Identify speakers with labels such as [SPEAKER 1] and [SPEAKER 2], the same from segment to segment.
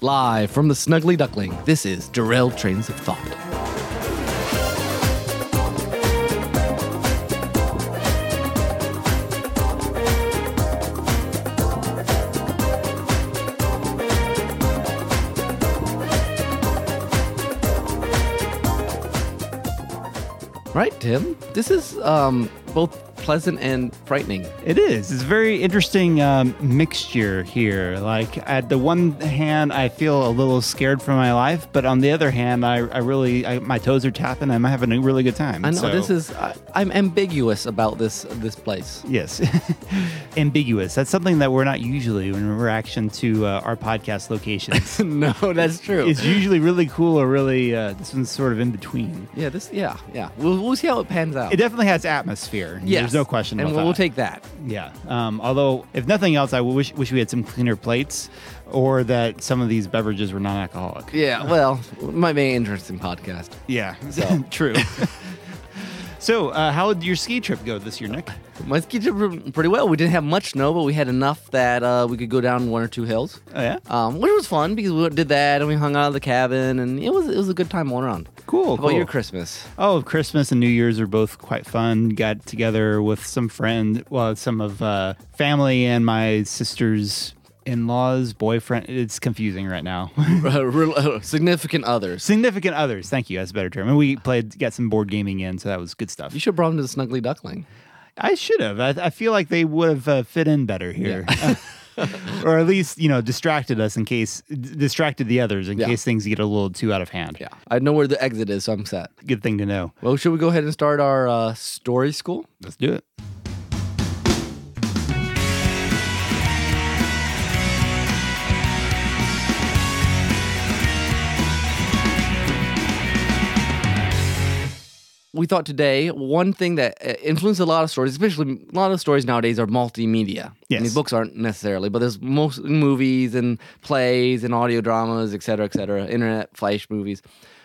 [SPEAKER 1] Live from the Snuggly Duckling, this is Derailed Trains of Thought. Right, Tim? This is um, both pleasant and frightening.
[SPEAKER 2] It is. It's a very interesting um, mixture here. Like, at the one hand, I feel a little scared for my life, but on the other hand, I, I really, I, my toes are tapping. I'm having a really good time.
[SPEAKER 1] I know
[SPEAKER 2] So,
[SPEAKER 1] this is. I, I'm ambiguous about this this place.
[SPEAKER 2] Yes. Ambiguous. That's something that we're not usually in reaction to uh, our podcast locations.
[SPEAKER 1] no, that's true.
[SPEAKER 2] it's usually really cool or really, uh, this one's sort of in between.
[SPEAKER 1] yeah, this. Yeah, yeah. We'll, we'll see how it pans out.
[SPEAKER 2] It definitely has atmosphere.
[SPEAKER 1] Yes.
[SPEAKER 2] There's no question
[SPEAKER 1] And
[SPEAKER 2] about
[SPEAKER 1] we'll,
[SPEAKER 2] that.
[SPEAKER 1] we'll take that.
[SPEAKER 2] Yeah. Um, although, if nothing else, I wish wish we had some cleaner plates, or that some of these beverages were non-alcoholic.
[SPEAKER 1] Yeah. Well, my main interest in podcast.
[SPEAKER 2] Yeah. True. so, uh, how would your ski trip go this year, Nick?
[SPEAKER 1] My ski trip went pretty well. We didn't have much snow, but we had enough that uh, we could go down one or two hills.
[SPEAKER 2] Oh, yeah?
[SPEAKER 1] Um, which was fun because we went- did that and we hung out of the cabin and it was it was a good time all around.
[SPEAKER 2] Cool.
[SPEAKER 1] How about your Christmas?
[SPEAKER 2] Oh, Christmas and New Year's are both quite fun. Got together with some friend, well, some of uh, family and my sister's in-laws boyfriend. It's confusing right now.
[SPEAKER 1] Uh, real- uh, significant others.
[SPEAKER 2] Significant others. Thank you. That's a better term. And we played, got some board gaming in, so that was good stuff.
[SPEAKER 1] You should have brought them to the Snuggly Duckling.
[SPEAKER 2] I should have. I, I feel like they would have uh, fit in better here. or at least, you know, distracted us in case, d- distracted the others in
[SPEAKER 1] Yeah.
[SPEAKER 2] case things get a little too out of hand.
[SPEAKER 1] Yeah. I know where the exit is, so I'm set.
[SPEAKER 2] Good thing to know.
[SPEAKER 1] Well, should we go ahead and start our uh, story school?
[SPEAKER 2] Let's do it.
[SPEAKER 1] we thought today one thing that uh, influenced a lot of stories, especially a lot of stories nowadays, are multimedia. I
[SPEAKER 2] Yes.
[SPEAKER 1] mean, books aren't necessarily, but there's most movies and plays and audio dramas, et cetera, et cetera, internet flash movies.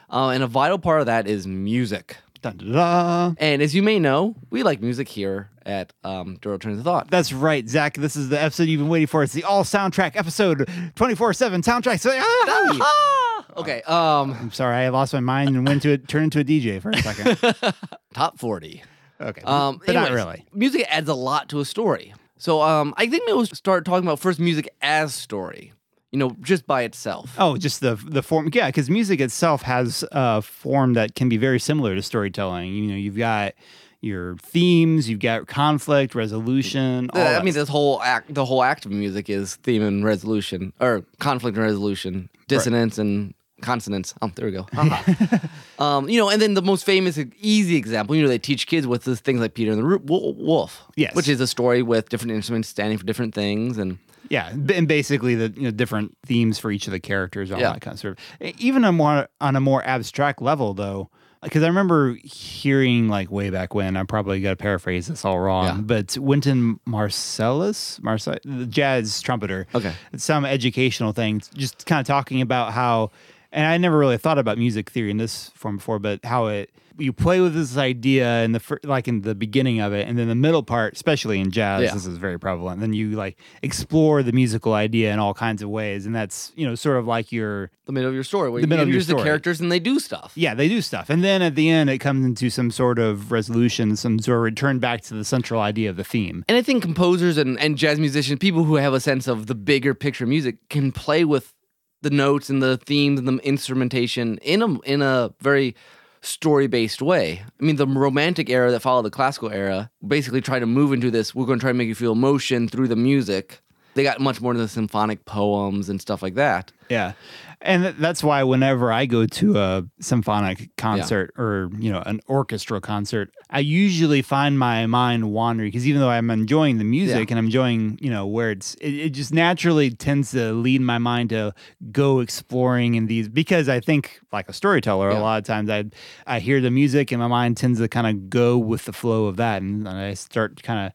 [SPEAKER 1] Uh, and a vital part of that is music.
[SPEAKER 2] Dun, dun, dun.
[SPEAKER 1] And as you may know, we like music here at um, Duro Trains of Thought.
[SPEAKER 2] That's right, Zach. This is the episode you've been waiting for. It's the all soundtrack episode 24 7 soundtrack. So- Ah!
[SPEAKER 1] okay, um,
[SPEAKER 2] I'm sorry, I lost my mind and went to it, turned into a DJ for a second.
[SPEAKER 1] top 40.
[SPEAKER 2] Okay.
[SPEAKER 1] Um,
[SPEAKER 2] but not
[SPEAKER 1] anyways,
[SPEAKER 2] really.
[SPEAKER 1] Music adds a lot to a story. So um, I think maybe we'll start talking about first music as story, you know, just by itself.
[SPEAKER 2] Oh, just the the form, yeah. Because music itself has a form that can be very similar to storytelling. You know, you've got your themes, you've got conflict resolution. All
[SPEAKER 1] Uh, I
[SPEAKER 2] that
[SPEAKER 1] mean, this whole act, the whole act of music is theme and resolution, or conflict and resolution, dissonance and consonance. Oh, there we go.
[SPEAKER 2] Uh-huh.
[SPEAKER 1] Haha. um, you know, and then the most famous, easy example, you know, they teach kids with this things like Peter and the Ru- Wo- Wolf,
[SPEAKER 2] Yes.
[SPEAKER 1] which is a story with different instruments standing for different things, and
[SPEAKER 2] yeah, b- and basically the you know, different themes for each of the characters. All
[SPEAKER 1] Yeah.
[SPEAKER 2] that kind of sort of. e, Even on more on a more abstract level, though, because I remember hearing like way back when. I probably got to paraphrase this all wrong,
[SPEAKER 1] Yeah.
[SPEAKER 2] but Wynton Marcellus, Marcellus, the jazz trumpeter.
[SPEAKER 1] Okay.
[SPEAKER 2] some educational thing, just kind of talking about how, and I never really thought about music theory in this form before, but how it you play with this idea in the fir- like in the beginning of it, and then the middle part, especially in jazz,
[SPEAKER 1] Yeah.
[SPEAKER 2] this is very prevalent. Then you like explore the musical idea in all kinds of ways, and that's you know sort of like your
[SPEAKER 1] the middle of your story where
[SPEAKER 2] The
[SPEAKER 1] you
[SPEAKER 2] middle of your
[SPEAKER 1] introduce the
[SPEAKER 2] story.
[SPEAKER 1] characters and they do stuff.
[SPEAKER 2] yeah they do stuff, and then at the end it comes into some sort of resolution, some sort of return back to the central idea of the theme.
[SPEAKER 1] And I think composers and, and jazz musicians, people who have a sense of the bigger picture of music, can play with the notes and the themes and the instrumentation in a in a very story based way. I mean, the Romantic era that followed the classical era basically tried to move into this. We're going to try to make you feel emotion through the music. They got much more into the symphonic poems and stuff like that.
[SPEAKER 2] Yeah. And th- that's why whenever I go to a symphonic concert or, you know, an orchestral concert, I usually find my mind wandering because even though I'm enjoying the music and I'm enjoying, you know, where it's, it, it just naturally tends to lead my mind to go exploring in these because I think, like a storyteller,
[SPEAKER 1] Yeah.
[SPEAKER 2] a lot of times I, I hear the music and my mind tends to kind of go with the flow of that. And, and I start kind of,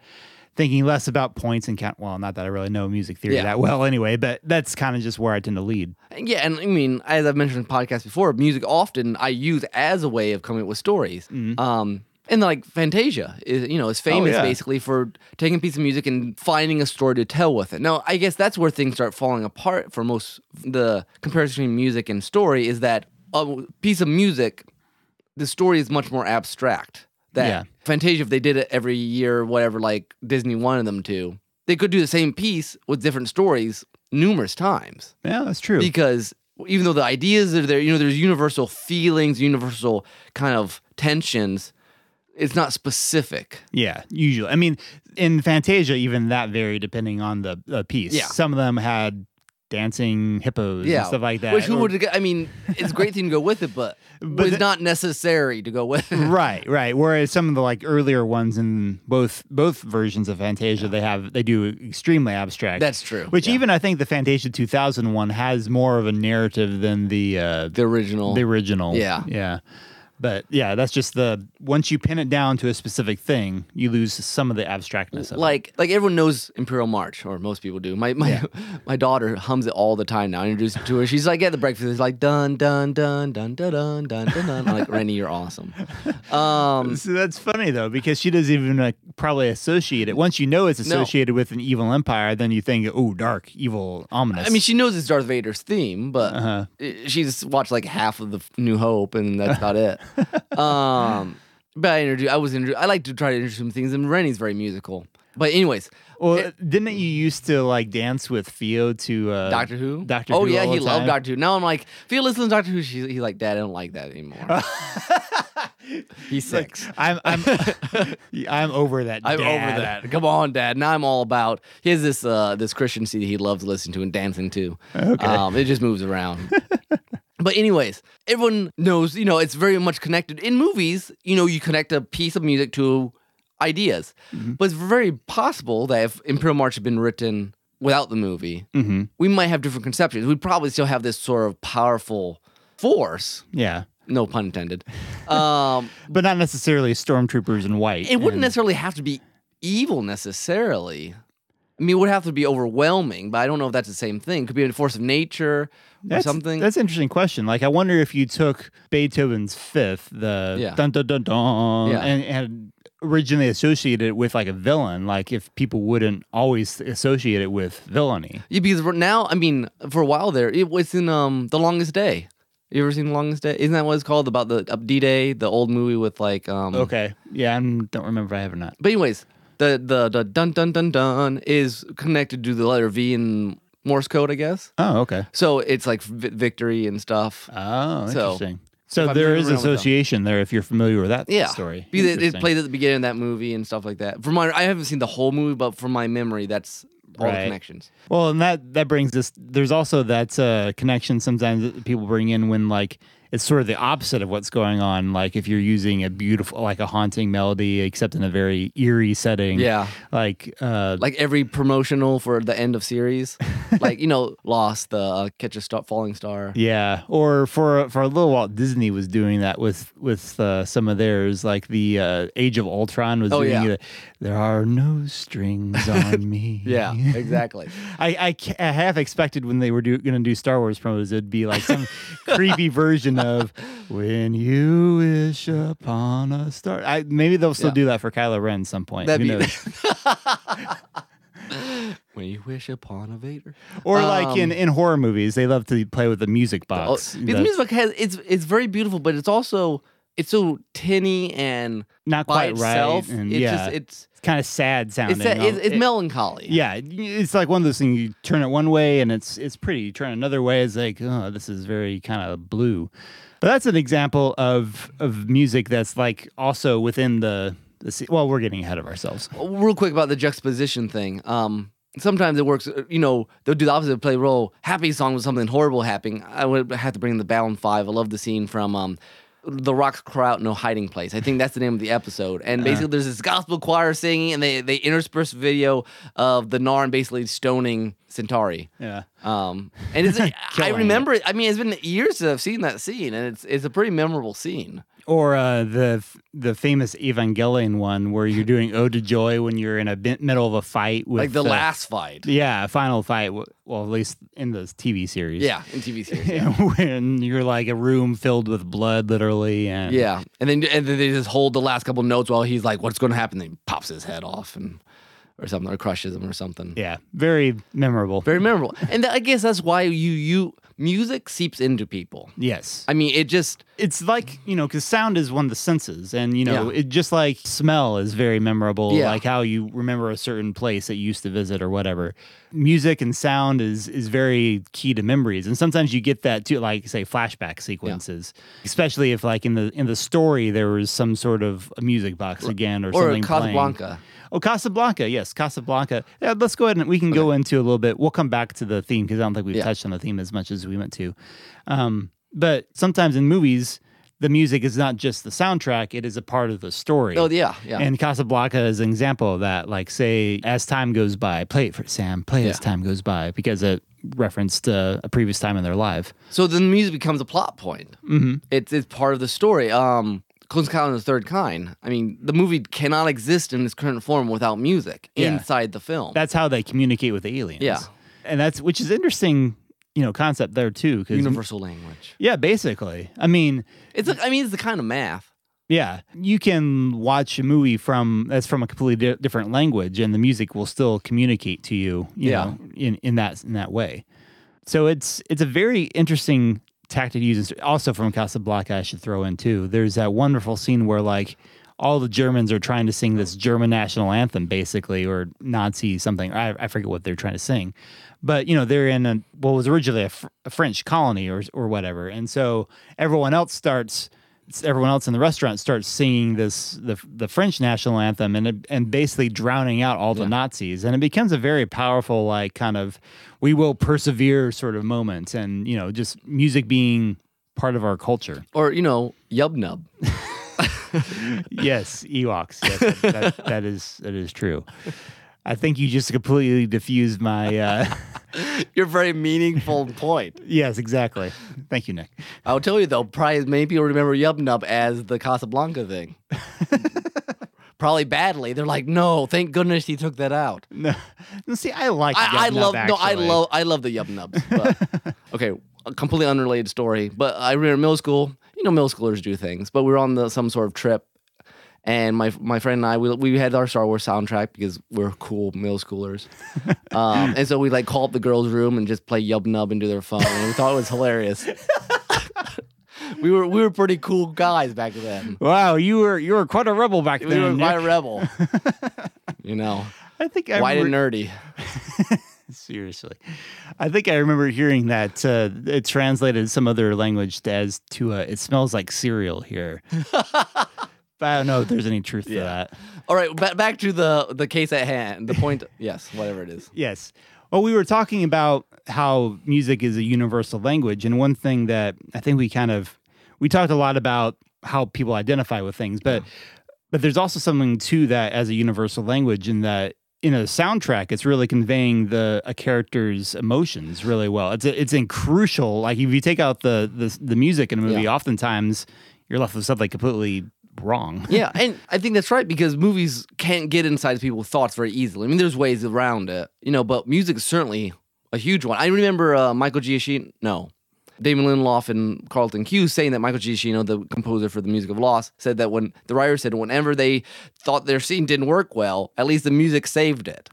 [SPEAKER 2] Thinking less about points and count. Well, not that I really know music theory
[SPEAKER 1] Yeah.
[SPEAKER 2] that well, anyway, but that's kind of just where I tend to lead.
[SPEAKER 1] Yeah, and I mean, as I've mentioned in podcasts before, music often I use as a way of coming up with stories. Um, And like Fantasia, is, you know, is famous
[SPEAKER 2] Mm-hmm. Oh, yeah.
[SPEAKER 1] basically for taking a piece of music and finding a story to tell with it. Now, I guess that's where things start falling apart for most the comparison between music and story is that a piece of music, the story is much more abstract. That
[SPEAKER 2] Yeah.
[SPEAKER 1] Fantasia, if they did it every year, whatever, like Disney wanted them to, they could do the same piece with different stories numerous times
[SPEAKER 2] Yeah, that's true.
[SPEAKER 1] because even though the ideas are there, you know, there's universal feelings, universal kind of tensions. It's not specific.
[SPEAKER 2] Yeah, usually. I mean, in Fantasia, even that varied depending on the uh, piece.
[SPEAKER 1] Yeah.
[SPEAKER 2] Some of them had dancing hippos
[SPEAKER 1] Yeah,
[SPEAKER 2] and stuff like that.
[SPEAKER 1] Which who
[SPEAKER 2] or-
[SPEAKER 1] would? I mean, it's a great thing to go with it, but,
[SPEAKER 2] But
[SPEAKER 1] it's
[SPEAKER 2] the-
[SPEAKER 1] not necessary to go with. it.
[SPEAKER 2] right, right. Whereas some of the like earlier ones in both both versions of Fantasia, they have they do extremely abstract.
[SPEAKER 1] That's true,
[SPEAKER 2] Which
[SPEAKER 1] yeah.
[SPEAKER 2] even I think the Fantasia 2000 one has more of a narrative than the uh,
[SPEAKER 1] The original.
[SPEAKER 2] the original.
[SPEAKER 1] Yeah.
[SPEAKER 2] yeah. But yeah, that's just the once you pin it down to a specific thing, you lose some of the abstractness of it.
[SPEAKER 1] like like everyone knows Imperial March, or most people do. My my my daughter hums it all the time now. I introduce it to her. She's like at the breakfast. It's like dun dun dun dun dun dun dun dun. dun. I'm like Rennie, you're awesome. Um,
[SPEAKER 2] So that's funny though, because she doesn't even like, probably associate it. Once you know it's
[SPEAKER 1] No.
[SPEAKER 2] associated with an evil empire, then you think, oh, dark, evil, ominous.
[SPEAKER 1] I mean, she knows it's Darth Vader's theme, but
[SPEAKER 2] Uh-huh.
[SPEAKER 1] i- she's watched like half of the f- New Hope, and that's about it. Um, but I introduced, I was introduced, I like to try to introduce some things, and Rennie's very musical. But anyways,
[SPEAKER 2] well, didn't you used to like dance with Theo to uh,
[SPEAKER 1] Doctor Who.
[SPEAKER 2] Doctor
[SPEAKER 1] oh
[SPEAKER 2] Who.
[SPEAKER 1] yeah,
[SPEAKER 2] all
[SPEAKER 1] he
[SPEAKER 2] the
[SPEAKER 1] loved
[SPEAKER 2] time?
[SPEAKER 1] Doctor Who. Now I'm like, if he listens to Doctor Who, she's, he's like, Dad, I don't like that anymore. he's
[SPEAKER 2] Like,
[SPEAKER 1] six.
[SPEAKER 2] I'm I'm I'm over that.
[SPEAKER 1] I'm
[SPEAKER 2] dad.
[SPEAKER 1] over that. Come on, Dad. Now I'm all about. He has this uh, this Christian CD he loves listening to and dancing to. Okay. Um, it just moves around. but anyways, everyone knows. You know, it's very much connected in movies. You know, you connect a piece of music to ideas, but it's very possible that if Imperial March had been written without the movie,
[SPEAKER 2] Mhm.
[SPEAKER 1] we might have different conceptions. We'd probably still have this sort of powerful force.
[SPEAKER 2] Yeah,
[SPEAKER 1] No pun intended. Um,
[SPEAKER 2] but not necessarily stormtroopers in white.
[SPEAKER 1] it wouldn't
[SPEAKER 2] and-
[SPEAKER 1] necessarily have to be evil necessarily. I mean, it would have to be overwhelming, but I don't know if that's the same thing. Could be a force of nature or
[SPEAKER 2] That's-
[SPEAKER 1] something.
[SPEAKER 2] That's an interesting question. Like, I wonder if you took Beethoven's Fifth, the
[SPEAKER 1] Yeah.
[SPEAKER 2] dun dun dun dun,
[SPEAKER 1] Yeah.
[SPEAKER 2] and, and originally associated it with like a villain. Like, if people wouldn't always associate it with villainy.
[SPEAKER 1] yeah, because we're- now, I mean, for a while there, it was in um the longest day. You ever seen the longest day? Isn't that what it's called about the up D Day, the old movie with like um.
[SPEAKER 2] Okay. Yeah, I don't remember if I have or not.
[SPEAKER 1] But anyways, the the the dun dun dun dun is connected to the letter V in Morse code, I guess.
[SPEAKER 2] Oh, okay.
[SPEAKER 1] So it's like vi- victory and stuff.
[SPEAKER 2] Oh,
[SPEAKER 1] So,
[SPEAKER 2] interesting. So,
[SPEAKER 1] if I'm
[SPEAKER 2] there
[SPEAKER 1] moving
[SPEAKER 2] is
[SPEAKER 1] around with them.
[SPEAKER 2] association there if you're familiar with that
[SPEAKER 1] yeah.
[SPEAKER 2] story.
[SPEAKER 1] Because it, it
[SPEAKER 2] Interesting.
[SPEAKER 1] plays at the beginning of that movie and stuff like that. From my, I haven't seen the whole movie, but from my memory, that's all the
[SPEAKER 2] Right.
[SPEAKER 1] connections.
[SPEAKER 2] Well, and that that brings us. There's also that uh, connection sometimes that people bring in when like it's sort of the opposite of what's going on. Like if you're using a beautiful, like a haunting melody, except in a very eerie setting.
[SPEAKER 1] Yeah.
[SPEAKER 2] Like, uh,
[SPEAKER 1] Like every promotional for the end of series, like you know, Lost, the uh, Catch a Star, Falling Star.
[SPEAKER 2] yeah. Or for for a little while, Disney was doing that with with uh, some of theirs. Like the uh, Age of Ultron was
[SPEAKER 1] Oh,
[SPEAKER 2] doing
[SPEAKER 1] yeah.
[SPEAKER 2] it. There are no strings on me.
[SPEAKER 1] Yeah, exactly.
[SPEAKER 2] I, I, ca- I half expected when they were do, gonna do Star Wars promos, it'd be like some creepy version of "When You Wish Upon a Star." I, maybe they'll still
[SPEAKER 1] Yeah.
[SPEAKER 2] do that for Kylo Ren at some point.
[SPEAKER 1] That'd
[SPEAKER 2] Who
[SPEAKER 1] be-
[SPEAKER 2] knows?
[SPEAKER 1] when you wish upon a Vader.
[SPEAKER 2] or like in,
[SPEAKER 1] Um,
[SPEAKER 2] in horror movies, they love to play with the music
[SPEAKER 1] Oh,
[SPEAKER 2] box.
[SPEAKER 1] the
[SPEAKER 2] That's
[SPEAKER 1] music has it's it's very beautiful, but it's also it's so tinny and
[SPEAKER 2] not
[SPEAKER 1] by
[SPEAKER 2] quite
[SPEAKER 1] itself.
[SPEAKER 2] right. And
[SPEAKER 1] it's
[SPEAKER 2] yeah,
[SPEAKER 1] just
[SPEAKER 2] it's,
[SPEAKER 1] it's
[SPEAKER 2] kind of sad sounding.
[SPEAKER 1] it's that,
[SPEAKER 2] Um,
[SPEAKER 1] it's, it's
[SPEAKER 2] it-
[SPEAKER 1] melancholy.
[SPEAKER 2] yeah, it's like one of those things. You turn it one way and it's it's pretty. You turn it another way, it's like oh, this is very kind of blue. But that's an example of of music that's like also within the. the se- well, we're getting ahead of ourselves.
[SPEAKER 1] real quick about the juxtaposition thing. Um, sometimes it works. uh, You know, they'll do the opposite. Play a real happy song with something horrible happening. I would have to bring in the Bound Five. I love the scene from. Um, the rocks cry out no hiding place. I think that's the name of the episode.
[SPEAKER 2] Uh-huh.
[SPEAKER 1] And basically, there's this gospel choir singing, and they they intersperse video of the Narn basically stoning Centauri.
[SPEAKER 2] Yeah,
[SPEAKER 1] Um, and it's I
[SPEAKER 2] Killing it.
[SPEAKER 1] remember. It. I mean, it's been years that I've seen that scene, and it's it's a pretty memorable scene.
[SPEAKER 2] Or uh, the the famous Evangelion one where you're doing Ode to Joy when you're in a bit, middle of a fight with uh,
[SPEAKER 1] like the last fight.
[SPEAKER 2] yeah final fight. w- Well, at least in the TV series.
[SPEAKER 1] Yeah, in TV series. Yeah.
[SPEAKER 2] when you're like a room filled with blood, literally, and
[SPEAKER 1] Yeah, and then and then they just hold the last couple notes while he's like, "What's going to happen?" Then he pops his head off and or something, or crushes him or something.
[SPEAKER 2] yeah, very memorable.
[SPEAKER 1] Very memorable, and I guess that's why you you music seeps into people.
[SPEAKER 2] yes,
[SPEAKER 1] I mean, it just
[SPEAKER 2] it's like you know because sound is one of the senses and you know
[SPEAKER 1] Yeah.
[SPEAKER 2] it just like smell is very memorable
[SPEAKER 1] Yeah.
[SPEAKER 2] like how you remember a certain place that you used to visit or whatever music and sound is is very key to memories and sometimes you get that too like say flashback sequences especially if like in the in the story there was some sort of a music box again or,
[SPEAKER 1] or
[SPEAKER 2] something playing.
[SPEAKER 1] Casablanca.
[SPEAKER 2] oh casablanca yes casablanca yeah, let's go ahead and we can go into a little bit we'll come back to the theme because i don't think we've
[SPEAKER 1] Yeah.
[SPEAKER 2] touched on the theme as much as we meant to um, but sometimes in movies, the music is not just the soundtrack, it is a part of the story.
[SPEAKER 1] Oh yeah, yeah.
[SPEAKER 2] And Casablanca is an example of that. Like, say, as time goes by, play it for Sam, play as
[SPEAKER 1] Yeah.
[SPEAKER 2] time goes by, because it referenced uh, a previous time in their life.
[SPEAKER 1] so then the music becomes a plot point. Mm-hmm. It's it's part of the story. Um, Close Encounter of the Third Kind. I mean, the movie cannot exist in its current form without music
[SPEAKER 2] Yeah.
[SPEAKER 1] inside the film.
[SPEAKER 2] That's how they communicate with the aliens.
[SPEAKER 1] Yeah.
[SPEAKER 2] And that's, which is interesting, you know, concept there too. Cause,
[SPEAKER 1] universal language.
[SPEAKER 2] yeah, basically. I mean,
[SPEAKER 1] It's a, I mean, it's the kind of math.
[SPEAKER 2] Yeah, you can watch a movie from that's from a completely di- different language, and the music will still communicate to you. you
[SPEAKER 1] Yeah.
[SPEAKER 2] know, in in that in that way. So it's it's a very interesting tactic to use. Also from Casablanca, I should throw in too. There's that wonderful scene where like all the Germans are trying to sing this German national anthem, basically, or Nazi something. I, I forget what they're trying to sing, but you know they're in a, what was originally a, fr- a French colony or or whatever, and so everyone else starts everyone else in the restaurant starts singing this the the French national anthem and it- and basically drowning out all the Nazis and it becomes a very powerful like kind of we will persevere sort of moment and you know just music being part of our culture.
[SPEAKER 1] Or, you know, Yub Nub.
[SPEAKER 2] yes, Ewoks. Yes, that, that is that is true. I think you just completely diffused my uh,
[SPEAKER 1] Your very meaningful point.
[SPEAKER 2] yes, exactly. Thank you, Nick.
[SPEAKER 1] I'll tell you though, probably as many people remember Yub Nub as the Casablanca thing. probably badly. They're like, no, thank goodness he took that out.
[SPEAKER 2] No, see, I like.
[SPEAKER 1] I, I
[SPEAKER 2] Yub Nub,
[SPEAKER 1] love no, I
[SPEAKER 2] actually.
[SPEAKER 1] love I love the Yub Nubs. But, okay, a completely unrelated story. But I remember middle school. You know, middle schoolers do things. But we were on the, some sort of trip, and my my friend and I we, we had our Star Wars soundtrack because we're cool middle schoolers. um, and so we like called up the girls' room and just play Yub Nub into their phone, and we thought it was hilarious. we were we were pretty cool guys back then.
[SPEAKER 2] Wow, you were you were quite a rebel back
[SPEAKER 1] We
[SPEAKER 2] then.
[SPEAKER 1] were
[SPEAKER 2] Nick.
[SPEAKER 1] quite a rebel. You know,
[SPEAKER 2] I think I
[SPEAKER 1] white
[SPEAKER 2] re-
[SPEAKER 1] and nerdy.
[SPEAKER 2] Seriously, I think I remember hearing that uh, it translated some other language as to uh, "it smells like cereal here." but I don't know if there's any truth to that.
[SPEAKER 1] All right, ba- back to the the case at hand. The point, yes, whatever it is.
[SPEAKER 2] Yes. Well, we were talking about how music is a universal language, and one thing that I think we kind of we talked a lot about how people identify with things, but but there's also something to that as a universal language in that in a soundtrack it's really conveying the a character's emotions really well. It's it's in crucial like if you take out the the, the music in a movie,
[SPEAKER 1] Yeah.
[SPEAKER 2] oftentimes you're left with something completely wrong.
[SPEAKER 1] Yeah, and I think that's right because movies can't get inside people's thoughts very easily. I mean, there's ways around it, you know, but music is certainly a huge one. I remember uh, Michael Giacchino, no, Damon Lindelof and Carlton Hughes saying that Michael Giacchino, the composer for the music of Lost, said that when the writer said whenever they thought their scene didn't work well, at least the music saved it.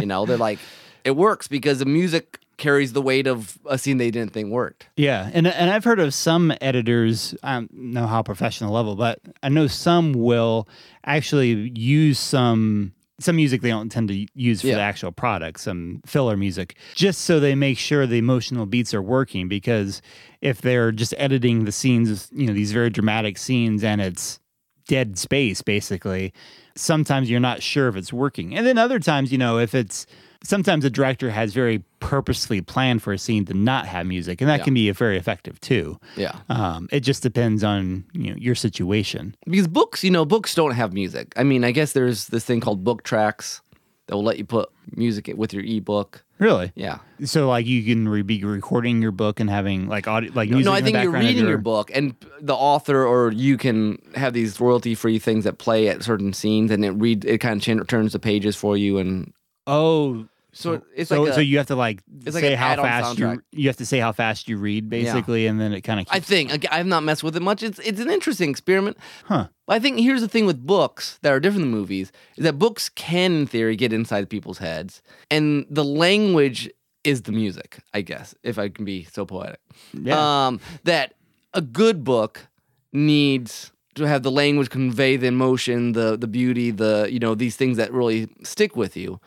[SPEAKER 1] you know, they're like, it works because the music carries the weight of a scene they didn't think worked.
[SPEAKER 2] Yeah, and and I've heard of some editors. I don't know how professional level, but I know some will actually use some some music they don't tend to use for
[SPEAKER 1] Yeah.
[SPEAKER 2] the actual product, some filler music, just so they make sure the emotional beats are working. Because if they're just editing the scenes, you know, these very dramatic scenes, and it's dead space basically sometimes you're not sure if it's working and then other times you know if it's sometimes a director has very purposely planned for a scene to not have music and that
[SPEAKER 1] Yeah.
[SPEAKER 2] can be very effective too
[SPEAKER 1] Yeah.
[SPEAKER 2] um, it just depends on you know your situation
[SPEAKER 1] because books, you know, books don't have music. I mean, I guess there's this thing called book tracks that will let you put music with your ebook.
[SPEAKER 2] Really?
[SPEAKER 1] Yeah.
[SPEAKER 2] So like you can re- be recording your book and having like audio like music.
[SPEAKER 1] no, I
[SPEAKER 2] in the
[SPEAKER 1] think you're
[SPEAKER 2] background of
[SPEAKER 1] reading your book, and the author or you can have these royalty free things that play at certain scenes, and it read it kind of chan- turns the pages for you, and
[SPEAKER 2] Oh,
[SPEAKER 1] so it's
[SPEAKER 2] so
[SPEAKER 1] like a-
[SPEAKER 2] so you have to like
[SPEAKER 1] it's like
[SPEAKER 2] say
[SPEAKER 1] an
[SPEAKER 2] how
[SPEAKER 1] add-on
[SPEAKER 2] fast
[SPEAKER 1] soundtrack.
[SPEAKER 2] you you have to say how fast you read basically, and then it kind of
[SPEAKER 1] I think Ag- I've not messed with it much. It's it's an interesting experiment.
[SPEAKER 2] Huh.
[SPEAKER 1] I think here's the thing with books that are different than movies is that books can, in theory, get inside people's heads, and the language is the music. I guess if I can be so poetic.
[SPEAKER 2] yeah.
[SPEAKER 1] um, that a good book needs to have the language convey the emotion, the the beauty, the you know these things that really stick with you.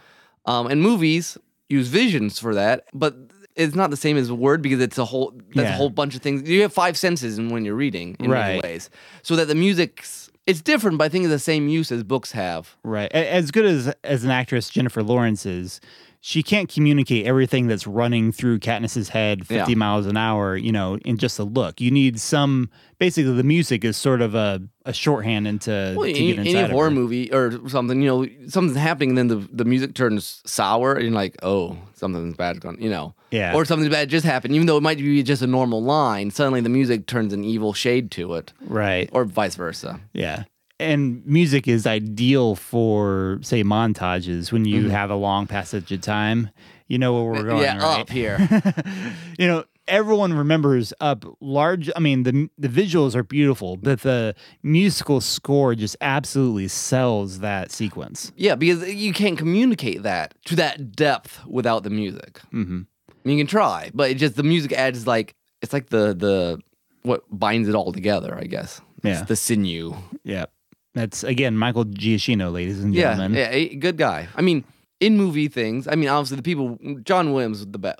[SPEAKER 1] Um, and movies use visions for that, but it's not the same as a word because it's a whole that's
[SPEAKER 2] Yeah.
[SPEAKER 1] a whole bunch of things. You have five senses in when you're reading in many
[SPEAKER 2] Right.
[SPEAKER 1] ways, so that the music's it's different, but I think it's the same use as books have.
[SPEAKER 2] right. A- As good as as an actress Jennifer Lawrence is, she can't communicate everything that's running through Katniss's head
[SPEAKER 1] Yeah.
[SPEAKER 2] 50 miles an hour. You know, in just a look. You need some. Basically, the music is sort of a a shorthand into
[SPEAKER 1] Well,
[SPEAKER 2] to
[SPEAKER 1] any,
[SPEAKER 2] get
[SPEAKER 1] any
[SPEAKER 2] inside of
[SPEAKER 1] horror
[SPEAKER 2] her.
[SPEAKER 1] movie or something, you know, something's happening, then the, the music turns sour, and you're like, oh, something's bad's gone, you know,
[SPEAKER 2] Yeah.
[SPEAKER 1] or something bad just happened, even though it might be just a normal line. Suddenly, the music turns an evil shade to it,
[SPEAKER 2] Right.
[SPEAKER 1] or vice versa.
[SPEAKER 2] Yeah. And music is ideal for, say, montages when you have a long passage of time. You know where we're going,
[SPEAKER 1] Mm-hmm. Uh, yeah,
[SPEAKER 2] right?
[SPEAKER 1] up here.
[SPEAKER 2] you know, everyone remembers up large. I mean, the the visuals are beautiful, but the musical score just absolutely sells that sequence.
[SPEAKER 1] yeah, because you can't communicate that to that depth without the music.
[SPEAKER 2] Mhm.
[SPEAKER 1] I mean, you can try, but it just the music adds like it's like the the what binds it all together, I guess. It's
[SPEAKER 2] Yeah.
[SPEAKER 1] the sinew.
[SPEAKER 2] Yeah. That's again Michael Giacchino, ladies and
[SPEAKER 1] Yeah,
[SPEAKER 2] gentlemen.
[SPEAKER 1] yeah, a- good guy. I mean, in movie things, I mean, obviously the people, John Williams, was the best,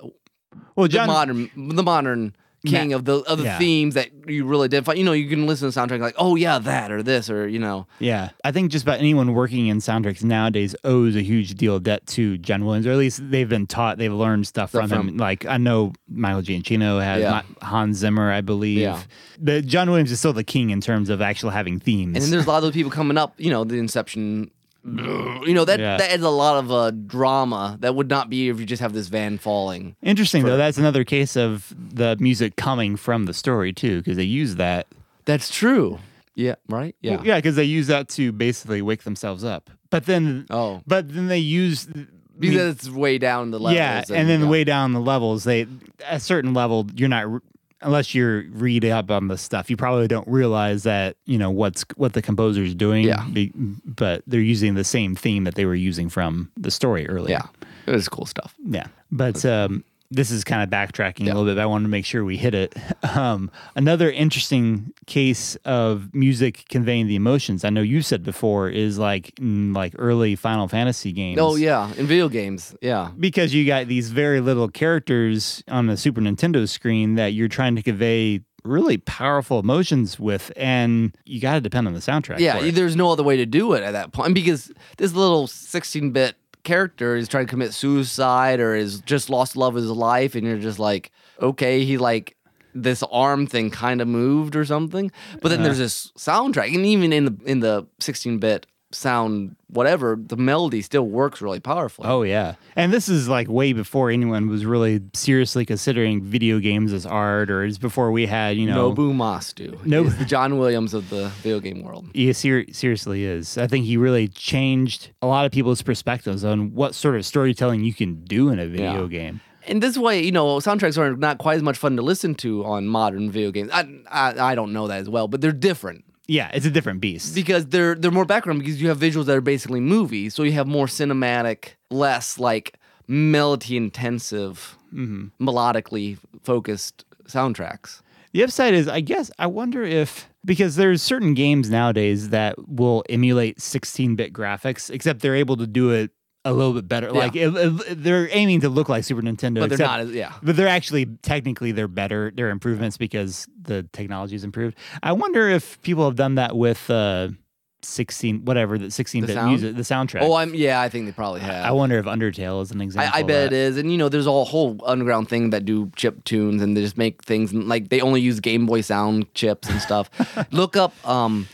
[SPEAKER 2] Well,
[SPEAKER 1] the
[SPEAKER 2] John,
[SPEAKER 1] modern, the modern king of the of the
[SPEAKER 2] yeah.
[SPEAKER 1] themes that you really identify. You know, you can listen to the soundtrack like, oh yeah, that or this or you know,
[SPEAKER 2] Yeah, I think just about anyone working in soundtracks nowadays owes a huge deal of debt to John Williams, or at least they've been taught, they've learned stuff
[SPEAKER 1] Stuff
[SPEAKER 2] from, him. Like I know Michael Giacchino had
[SPEAKER 1] Yeah.
[SPEAKER 2] Mi- Hans Zimmer, I believe.
[SPEAKER 1] Yeah.
[SPEAKER 2] But John Williams is still the king in terms of actual having themes.
[SPEAKER 1] and then there's a lot of those people coming up. You know, the Inception. You know that
[SPEAKER 2] Yeah.
[SPEAKER 1] that adds a lot of uh, drama that would not be if you just have this van falling.
[SPEAKER 2] Interesting though, that's another case of the music coming from the story too, because they use that.
[SPEAKER 1] That's true. Yeah. Right. Yeah.
[SPEAKER 2] Yeah, because they use that to basically wake themselves up. But then,
[SPEAKER 1] Oh,
[SPEAKER 2] but then they use.
[SPEAKER 1] because it's way down the levels.
[SPEAKER 2] Yeah, and then
[SPEAKER 1] yeah.
[SPEAKER 2] way down the levels, they a certain level, you're not re- unless you're read up on the stuff, you probably don't realize that you know what's what the composer's doing.
[SPEAKER 1] Yeah.
[SPEAKER 2] be- but they're using the same theme that they were using from the story earlier.
[SPEAKER 1] Yeah, it was cool stuff.
[SPEAKER 2] yeah. But um, this is kind of backtracking a little bit. But I wanted to make sure we hit it. Um, another interesting case of music conveying the emotions. I know you said before is like in like early Final Fantasy games
[SPEAKER 1] Oh yeah, in video games. Yeah.
[SPEAKER 2] because you got these very little characters on the Super Nintendo screen that you're trying to convey really powerful emotions with, and you got to depend on the soundtrack.
[SPEAKER 1] Yeah,
[SPEAKER 2] for it.
[SPEAKER 1] there's no other way to do it at that point because this little 16-bit character is trying to commit suicide or is just lost love of his life, and you're just like, okay, he like this arm thing kind of moved or something. But
[SPEAKER 2] Uh-huh.
[SPEAKER 1] then there's this soundtrack, and even in the in the 16-bit sound, whatever, the melody still works really powerfully.
[SPEAKER 2] Oh yeah, and this is like way before anyone was really seriously considering video games as art, or it's before we had you know.
[SPEAKER 1] Nobu Mastu.
[SPEAKER 2] Nobu-
[SPEAKER 1] He's the John Williams of the video game world.
[SPEAKER 2] he ser- seriously is. I think he really changed a lot of people's perspectives on what sort of storytelling you can do in a video
[SPEAKER 1] Yeah.
[SPEAKER 2] game.
[SPEAKER 1] And this way, you know, soundtracks are not quite as much fun to listen to on modern video games. I, I, I don't know that as well, but they're different
[SPEAKER 2] Yeah, it's a different beast.
[SPEAKER 1] because they're they're more background because you have visuals that are basically movies, so you have more cinematic, less like melody intensive,
[SPEAKER 2] Mm-hmm.
[SPEAKER 1] melodically focused soundtracks.
[SPEAKER 2] The upside is, I guess, I wonder if because there's certain games nowadays that will emulate 16-bit graphics, except they're able to do it a little bit better. Like it, it- they're aiming to look like Super Nintendo,
[SPEAKER 1] But they're
[SPEAKER 2] except-
[SPEAKER 1] not as- yeah.
[SPEAKER 2] But they're actually technically they're better. They're improvements because the technology's improved. I wonder if people have done that with uh, 16 whatever that 16-bit
[SPEAKER 1] sound?
[SPEAKER 2] music, the soundtrack.
[SPEAKER 1] Oh, I'm yeah, I think they probably have.
[SPEAKER 2] I wonder if Undertale is an example.
[SPEAKER 1] I, I
[SPEAKER 2] of
[SPEAKER 1] bet it
[SPEAKER 2] that.
[SPEAKER 1] is. And you know, there's a whole underground thing that do chip tunes and they just make things and like they only use Game Boy sound chips and stuff. Look up um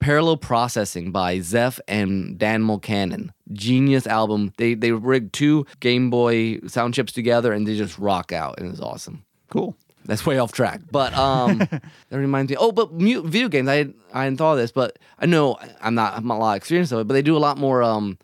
[SPEAKER 1] Parallel Processing by Zeph and Dan Mulcannon. Genius album. They they rigged two Game Boy sound chips together and they just rock out and it's awesome.
[SPEAKER 2] Cool.
[SPEAKER 1] That's way off track, but um, that reminds me. Oh, but mu- video games. I I hadn't thought of this, but I know I'm not I'm not a lot of experience of it, but they do a lot more. Um,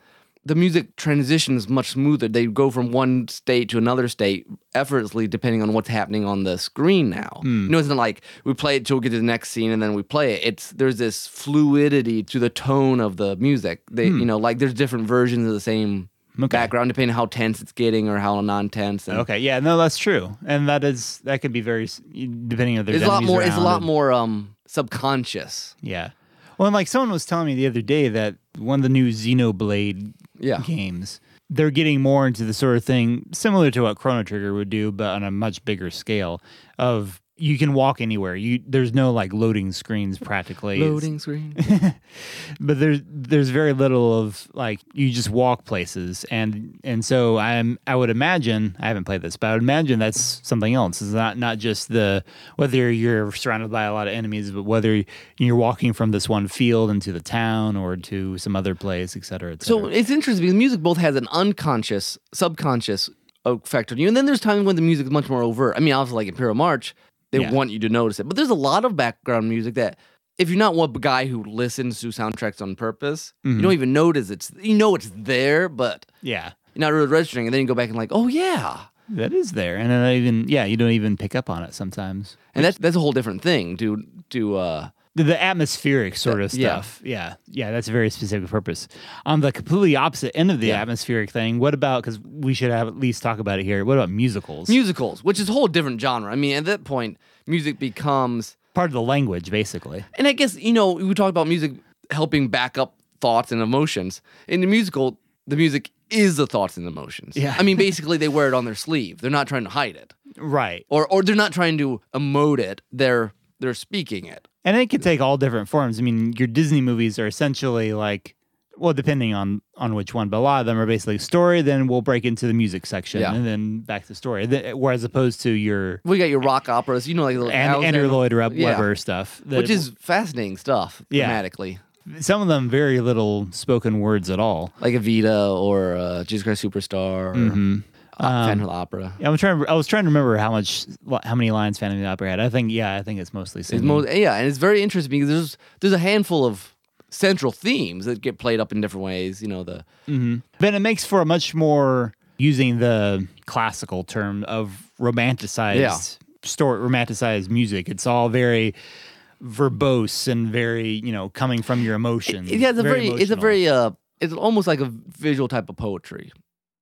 [SPEAKER 1] the music transitions much smoother. They go from one state to another state effortlessly, depending on what's happening on the screen. Now, you know, it's not like we play it till we get to the next scene and then we play it. It's there's this fluidity to the tone of the music. They, you know, like there's different versions of the same
[SPEAKER 2] Okay.
[SPEAKER 1] background depending on how tense it's getting or how non-tense. And,
[SPEAKER 2] Okay. Yeah. No, that's true, and that is that could be very s- depending on their.
[SPEAKER 1] It's a lot more. It's a lot more um subconscious.
[SPEAKER 2] Yeah. Well, and like someone was telling me the other day that one of the new Xenoblade
[SPEAKER 1] Yeah.
[SPEAKER 2] games, they're getting more into the sort of thing similar to what Chrono Trigger would do, but on a much bigger scale. Of you can walk anywhere. You there's no like loading screens practically. It's-
[SPEAKER 1] Loading screen.
[SPEAKER 2] but there's there's very little of like you just walk places and and so I'm I would imagine I haven't played this but I would imagine that's something else it's not not just the whether you're surrounded by a lot of enemies but whether you're walking from this one field into the town or to some other place et cetera, et
[SPEAKER 1] So
[SPEAKER 2] cetera.
[SPEAKER 1] it's interesting because music both has an unconscious, subconscious effect on you, and then there's times when the music is much more overt. I mean, obviously, like in Imperial March, they
[SPEAKER 2] Yeah.
[SPEAKER 1] want you to notice it, but there's a lot of background music that, if you're not one guy who listens to soundtracks on purpose,
[SPEAKER 2] Mm-hmm.
[SPEAKER 1] you don't even notice it's. You know it's there, but
[SPEAKER 2] yeah
[SPEAKER 1] you're not really registering, and then you go back and like, oh yeah,
[SPEAKER 2] that is there and then I even yeah you don't even pick up on it sometimes
[SPEAKER 1] and that's that's a whole different thing to to. uh
[SPEAKER 2] the, the atmospheric sort of
[SPEAKER 1] The- yeah.
[SPEAKER 2] stuff. Yeah. yeah, that's a very specific purpose. On the completely opposite end of the
[SPEAKER 1] Yeah.
[SPEAKER 2] atmospheric thing, what about? Because we should have at least talk about it here. What about musicals?
[SPEAKER 1] Musicals, which is a whole different genre. I mean, at that point, music becomes
[SPEAKER 2] Part of the language, basically.
[SPEAKER 1] And I guess, you know, we talked about music helping back up thoughts and emotions. In the musical, the music is the thoughts and emotions.
[SPEAKER 2] Yeah.
[SPEAKER 1] I mean, basically they wear it on their sleeve. They're not trying to hide it.
[SPEAKER 2] Right.
[SPEAKER 1] Or or they're not trying to emote it. They're they're speaking it.
[SPEAKER 2] And it could take all different forms. I mean, your Disney movies are essentially like, well, depending on on which one, but a lot of them are basically story. Then we'll break into the music section,
[SPEAKER 1] Yeah.
[SPEAKER 2] and then back to story. Th- Whereas opposed to your
[SPEAKER 1] We got your rock operas, you know, like the
[SPEAKER 2] and Andrew
[SPEAKER 1] Alexander-
[SPEAKER 2] Lloyd Web-
[SPEAKER 1] Yeah.
[SPEAKER 2] Webber stuff, that-
[SPEAKER 1] which is fascinating stuff
[SPEAKER 2] Yeah.
[SPEAKER 1] dramatically.
[SPEAKER 2] some of them very little spoken words at all.
[SPEAKER 1] Like Evita or uh, Jesus Christ Superstar or
[SPEAKER 2] Mhm.
[SPEAKER 1] uh, Phantom of the Opera.
[SPEAKER 2] Yeah, I'm trying. I was trying to remember how much, how many lines Phantom of the Opera had. I think, yeah, I think it's mostly
[SPEAKER 1] It's
[SPEAKER 2] singing.
[SPEAKER 1] most, yeah, and it's very interesting because there's there's a handful of central themes that get played up in different ways. You know, the
[SPEAKER 2] but it makes for a much more using the classical term of romanticized
[SPEAKER 1] Yeah.
[SPEAKER 2] story, romanticized music. It's all very verbose and very, you know, coming from your emotions.
[SPEAKER 1] Yeah, it's a very, it's a
[SPEAKER 2] emotional.
[SPEAKER 1] very uh it's almost like a visual type of poetry.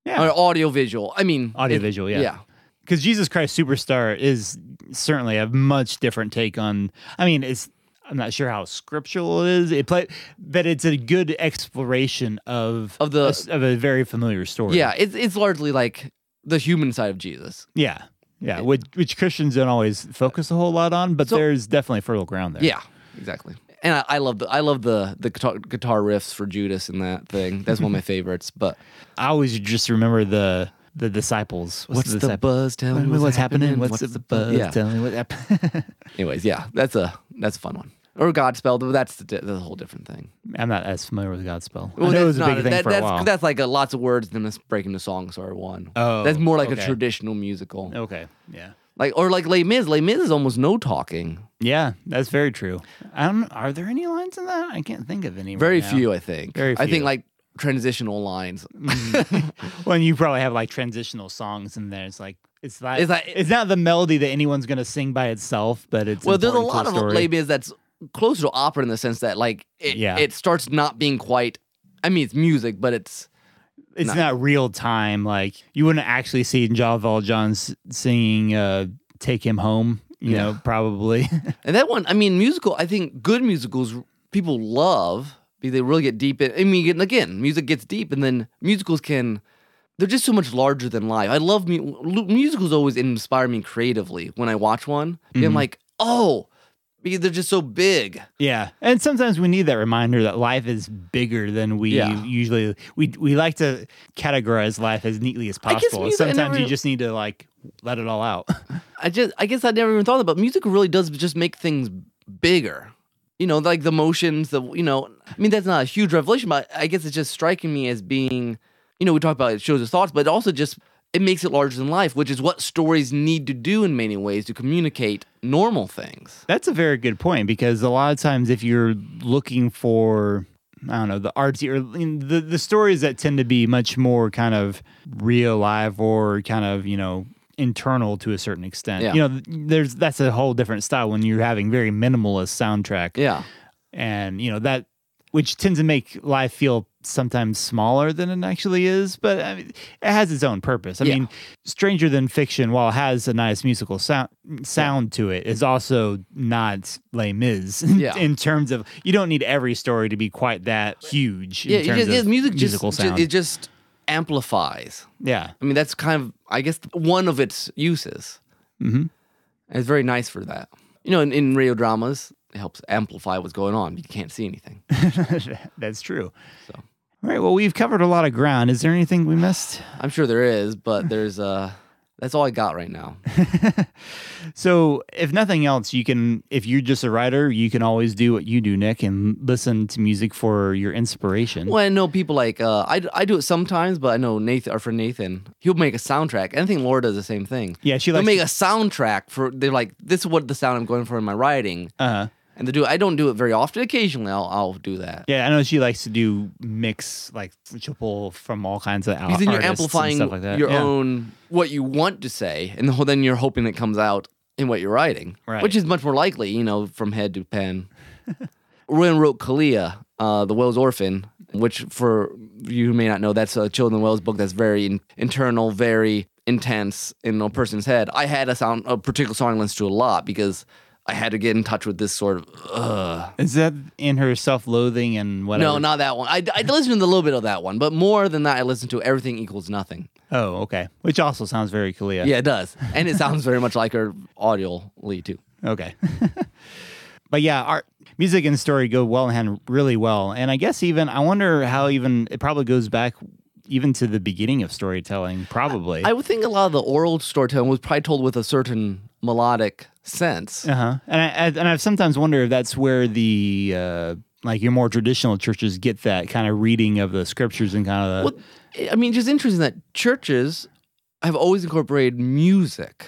[SPEAKER 2] Yeah.
[SPEAKER 1] Or audio visual. I mean it-
[SPEAKER 2] Audiovisual, yeah. because Jesus Christ Superstar is certainly a much different take on. I mean, it's I'm not sure how scriptural it is. It play, but it's a good exploration of
[SPEAKER 1] Of the-
[SPEAKER 2] a s- of a very familiar story.
[SPEAKER 1] Yeah. It's it's largely like the human side of Jesus.
[SPEAKER 2] yeah, yeah. Which which Christians don't always focus a whole lot on, but
[SPEAKER 1] So-
[SPEAKER 2] there's definitely fertile ground there.
[SPEAKER 1] Yeah, exactly. And I, I love the I love the the guitar, guitar riffs for Judas and that thing. That's one of my favorites. But
[SPEAKER 2] I always just remember the the disciples.
[SPEAKER 1] what's the,
[SPEAKER 2] disciple-
[SPEAKER 1] buzz? Tell me
[SPEAKER 2] What's, happening? What's, the buzz?
[SPEAKER 1] Yeah.
[SPEAKER 2] Tell me what happened.
[SPEAKER 1] Anyways, yeah, that's a that's a fun one. Or Godspell, but that's the, that's a whole different thing.
[SPEAKER 2] I'm not as familiar with Godspell.
[SPEAKER 1] Well,
[SPEAKER 2] I know it
[SPEAKER 1] that's
[SPEAKER 2] was a
[SPEAKER 1] not-
[SPEAKER 2] big thing
[SPEAKER 1] that-
[SPEAKER 2] for
[SPEAKER 1] that's,
[SPEAKER 2] a while.
[SPEAKER 1] That's like a, lots of words, then it's breaking the songs are one.
[SPEAKER 2] Oh,
[SPEAKER 1] that's more like a
[SPEAKER 2] okay. Oh.
[SPEAKER 1] traditional musical,
[SPEAKER 2] okay. Yeah.
[SPEAKER 1] like or like Les Mis. Les Mis is almost no talking.
[SPEAKER 2] Yeah, that's very true. I don't. Are there any lines in that? I can't think of any. right
[SPEAKER 1] Very
[SPEAKER 2] now.
[SPEAKER 1] few, I think.
[SPEAKER 2] Very
[SPEAKER 1] I think
[SPEAKER 2] few.
[SPEAKER 1] like transitional lines.
[SPEAKER 2] Well, and you probably have like transitional songs in there. It's like it's like
[SPEAKER 1] It's
[SPEAKER 2] it's,
[SPEAKER 1] like-
[SPEAKER 2] not the melody that anyone's gonna sing by itself, but it's
[SPEAKER 1] well, there's a
[SPEAKER 2] important
[SPEAKER 1] lot
[SPEAKER 2] to
[SPEAKER 1] of
[SPEAKER 2] the story.
[SPEAKER 1] Les Mis that's closer to opera in the sense that like it,
[SPEAKER 2] Yeah.
[SPEAKER 1] it starts not being quite. I mean, it's music, but it's
[SPEAKER 2] It's not real time. Like you wouldn't actually see John Valjean's singing uh, "Take Him Home." You
[SPEAKER 1] Yeah.
[SPEAKER 2] know, probably.
[SPEAKER 1] And that one, I mean, musical. I think good musicals people love because they really get deep. In, I mean, and again, music gets deep, and then musicals can. They're just so much larger than life. I love mu- lu- musicals. Always inspire me creatively when I watch one. And I'm like, oh, because they're just so big.
[SPEAKER 2] Yeah, and sometimes we need that reminder that life is bigger than we
[SPEAKER 1] Yeah.
[SPEAKER 2] usually. We we like to categorize life as neatly as
[SPEAKER 1] guess
[SPEAKER 2] possible.
[SPEAKER 1] music- I
[SPEAKER 2] sometimes you
[SPEAKER 1] never-
[SPEAKER 2] just need to like let it all out.
[SPEAKER 1] I just, I guess I never even thought about. Music really does just make things bigger. you know, like the motions, the you know, I mean, that's not a huge revelation, but I guess it's just striking me as being, you know, we talk about it shows us thoughts, but also just it makes it larger than life, which is what stories need to do in many ways to communicate normal things.
[SPEAKER 2] That's a very good point because a lot of times if you're looking for I don't know the artsy or the the stories that tend to be much more kind of real life or kind of you know internal to a certain extent.
[SPEAKER 1] Yeah.
[SPEAKER 2] You know, there's that's a whole different style when you're having very minimalist soundtrack.
[SPEAKER 1] Yeah.
[SPEAKER 2] and you know that which tends to make life feel sometimes smaller than it actually is but I mean, it has its own purpose i
[SPEAKER 1] Yeah.
[SPEAKER 2] mean stranger than fiction while it has a nice musical sound sound to it is also not les mis
[SPEAKER 1] Yeah.
[SPEAKER 2] in terms of you don't need every story to be quite that huge in
[SPEAKER 1] Yeah,
[SPEAKER 2] terms
[SPEAKER 1] it just,
[SPEAKER 2] of
[SPEAKER 1] music just,
[SPEAKER 2] musical
[SPEAKER 1] ju-
[SPEAKER 2] sound
[SPEAKER 1] it just amplifies.
[SPEAKER 2] yeah
[SPEAKER 1] I mean, that's kind of, I guess, one of its uses. Mm-hmm. It's very nice for that. You know, in, in radio dramas, it helps amplify what's going on. You can't see anything.
[SPEAKER 2] that's true
[SPEAKER 1] So.
[SPEAKER 2] all right well we've covered a lot of ground is there anything we missed
[SPEAKER 1] I'm sure there is, but there's uh that's all I got right now.
[SPEAKER 2] So, if nothing else, you can, if you're just a writer, you can always do what you do, Nick, and listen to music for your inspiration.
[SPEAKER 1] Well, I know people like uh, I, I do it sometimes, but I know Nathan, our friend Nathan, he'll make a soundtrack. And I think Laura does the same thing.
[SPEAKER 2] Yeah, she
[SPEAKER 1] They'll
[SPEAKER 2] likes-
[SPEAKER 1] make a soundtrack for. They're like, this is what the sound I'm going for in my writing,
[SPEAKER 2] Uh,
[SPEAKER 1] and they do. I don't do it very often. Occasionally, I'll I'll do that.
[SPEAKER 2] yeah, I know she likes to do mix, like she'll pull from all kinds of al-
[SPEAKER 1] Because then you're
[SPEAKER 2] artists and
[SPEAKER 1] amplifying
[SPEAKER 2] stuff like that.
[SPEAKER 1] your
[SPEAKER 2] Yeah.
[SPEAKER 1] own what you want to say, and the whole- then you're hoping it comes out in what you're writing,
[SPEAKER 2] Right.
[SPEAKER 1] which is much more likely, you know, from head to pen. Rowan wrote Kalia, uh, the Wells orphan, which for you who may not know, that's a Children Wells book that's very in- internal, very intense in a person's head. I had a sound, a particular song I listened to a lot because I had to get in touch with this sort of. Ugh.
[SPEAKER 2] Is that in her self-loathing and whatever?
[SPEAKER 1] No, not that one. I, I listened to a little bit of that one, but more than that, I listened to Everything Equals Nothing.
[SPEAKER 2] Oh, okay. Which also sounds very Kalia.
[SPEAKER 1] Yeah, it does. And it sounds very much like her audially too.
[SPEAKER 2] Okay. but yeah, art, music and story go well in hand really well. And I guess even I wonder how even it probably goes back even to the beginning of storytelling probably.
[SPEAKER 1] I would think a lot of the oral storytelling was probably told with a certain melodic sense.
[SPEAKER 2] uh-huh. And I and I've sometimes wondered if that's where the uh like your more traditional churches get that kind of reading of the scriptures and kind of the,
[SPEAKER 1] Well, I mean, just interesting that churches have always incorporated music.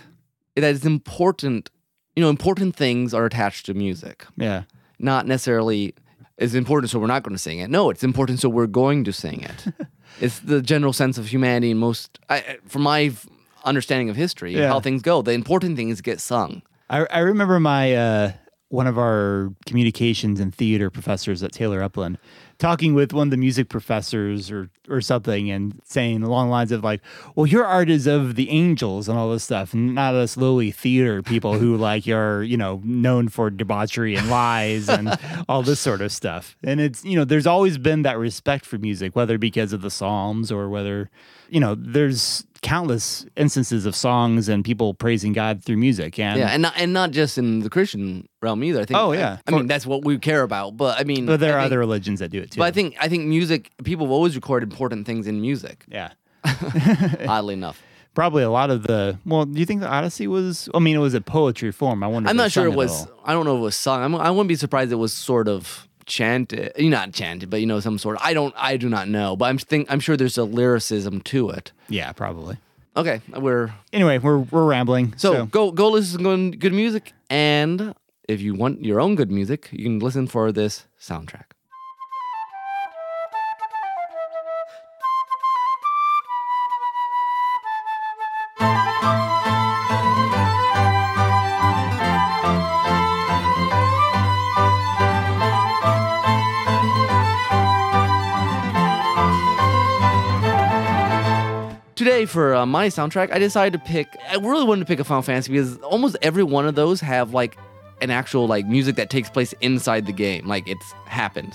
[SPEAKER 1] That is important. You know, important things are attached to music,
[SPEAKER 2] yeah.
[SPEAKER 1] not necessarily it's important, so we're not going to sing it. No, it's important, so we're going to sing it. it's the general sense of humanity. And most, I- I, from my f- understanding of history,
[SPEAKER 2] Yeah.
[SPEAKER 1] how things go, the important things get sung.
[SPEAKER 2] I, I remember my uh, one of our communications and theater professors at Taylor Upland talking with one of the music professors or or something and saying along the lines of like, well, your art is of the angels and all this stuff, and not us lowly theater people who like are you know known for debauchery and lies and all this sort of stuff. And it's you know there's always been that respect for music, whether because of the Psalms or whether you know there's countless instances of songs and people praising God through music and
[SPEAKER 1] Yeah, and not, and not just in the Christian realm either. I think.
[SPEAKER 2] Oh, yeah.
[SPEAKER 1] I, I mean, that's what we care about. But I mean,
[SPEAKER 2] But there
[SPEAKER 1] I
[SPEAKER 2] are
[SPEAKER 1] think-
[SPEAKER 2] other religions that do it too.
[SPEAKER 1] But I think I think music. People have always recorded important things in music.
[SPEAKER 2] yeah,
[SPEAKER 1] Oddly enough,
[SPEAKER 2] probably a lot of the. Well, do you think the Odyssey was? I mean, it was a poetry form. I wonder. if
[SPEAKER 1] I'm
[SPEAKER 2] they
[SPEAKER 1] not sure
[SPEAKER 2] sung
[SPEAKER 1] it
[SPEAKER 2] at
[SPEAKER 1] was.
[SPEAKER 2] all.
[SPEAKER 1] I don't know if it was sung. I'm, I wouldn't be surprised it was sort of chanted. You not chanted, but you know some sort. Of, I don't. I do not know. But I'm think I'm sure there's a lyricism to it.
[SPEAKER 2] Yeah, probably.
[SPEAKER 1] Okay, we're
[SPEAKER 2] Anyway, we're we're rambling.
[SPEAKER 1] so,
[SPEAKER 2] So,
[SPEAKER 1] go go listen to good music, and if you want your own good music, you can listen for this soundtrack. Today for uh, my soundtrack, I decided to pick. I really wanted to pick a Final Fantasy because almost every one of those have like an actual like music that takes place inside the game, like it's happened.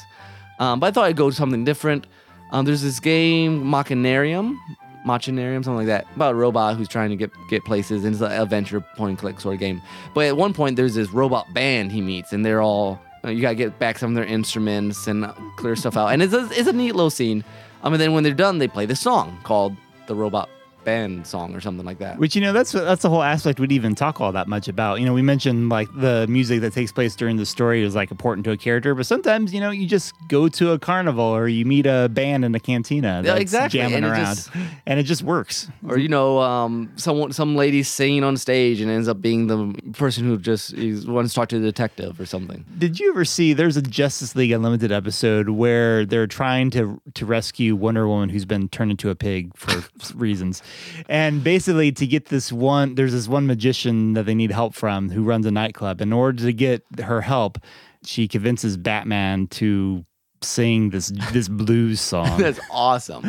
[SPEAKER 1] Um, but I thought I'd go to something different. Um, there's this game Machinarium, Machinarium, something like that, about a robot who's trying to get get places, and it's an adventure point and click sort of game. But at one point, there's this robot band he meets, and they're all uh, you gotta get back some of their instruments and uh, clear stuff out, and it's a, it's a neat little scene. Um, and then when they're done, they play this song called the robot band song or something like that.
[SPEAKER 2] Which you know that's that's the whole aspect we didn't even talk all that much about. You know, we mentioned like the music that takes place during the story is like important to a character, but sometimes you know you just go to a carnival or you meet a band in a cantina that's
[SPEAKER 1] exactly,
[SPEAKER 2] jamming
[SPEAKER 1] and it
[SPEAKER 2] around,
[SPEAKER 1] just-
[SPEAKER 2] and it just works.
[SPEAKER 1] Or you know, um, someone some lady singing on stage and ends up being the person who just is, wants to talk to the detective or something.
[SPEAKER 2] Did you ever see? There's a Justice League Unlimited episode where they're trying to to rescue Wonder Woman who's been turned into a pig for reasons, and basically to get this one, there's this one magician that they need help from who runs a nightclub. In order to get her help, she convinces Batman to sing this this blues song,
[SPEAKER 1] That's awesome.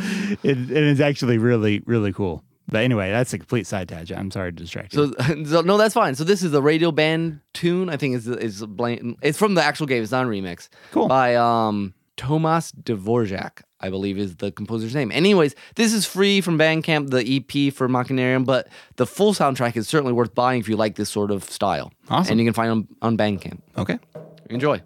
[SPEAKER 2] it, and it's actually really really cool. But anyway, that's a complete side tangent. I'm sorry to distract you.
[SPEAKER 1] So, so no, that's fine. So this is a radio band tune. I think is is blan- It's from the actual game. It's not a remix.
[SPEAKER 2] Cool.
[SPEAKER 1] By um Tomas Dvorak, I believe is the composer's name. Anyways, this is free from Bandcamp, the EP for Machinarium, but the full soundtrack is certainly worth buying if you like this sort of style.
[SPEAKER 2] Awesome.
[SPEAKER 1] And you can find them on Bandcamp.
[SPEAKER 2] okay.
[SPEAKER 1] Enjoy.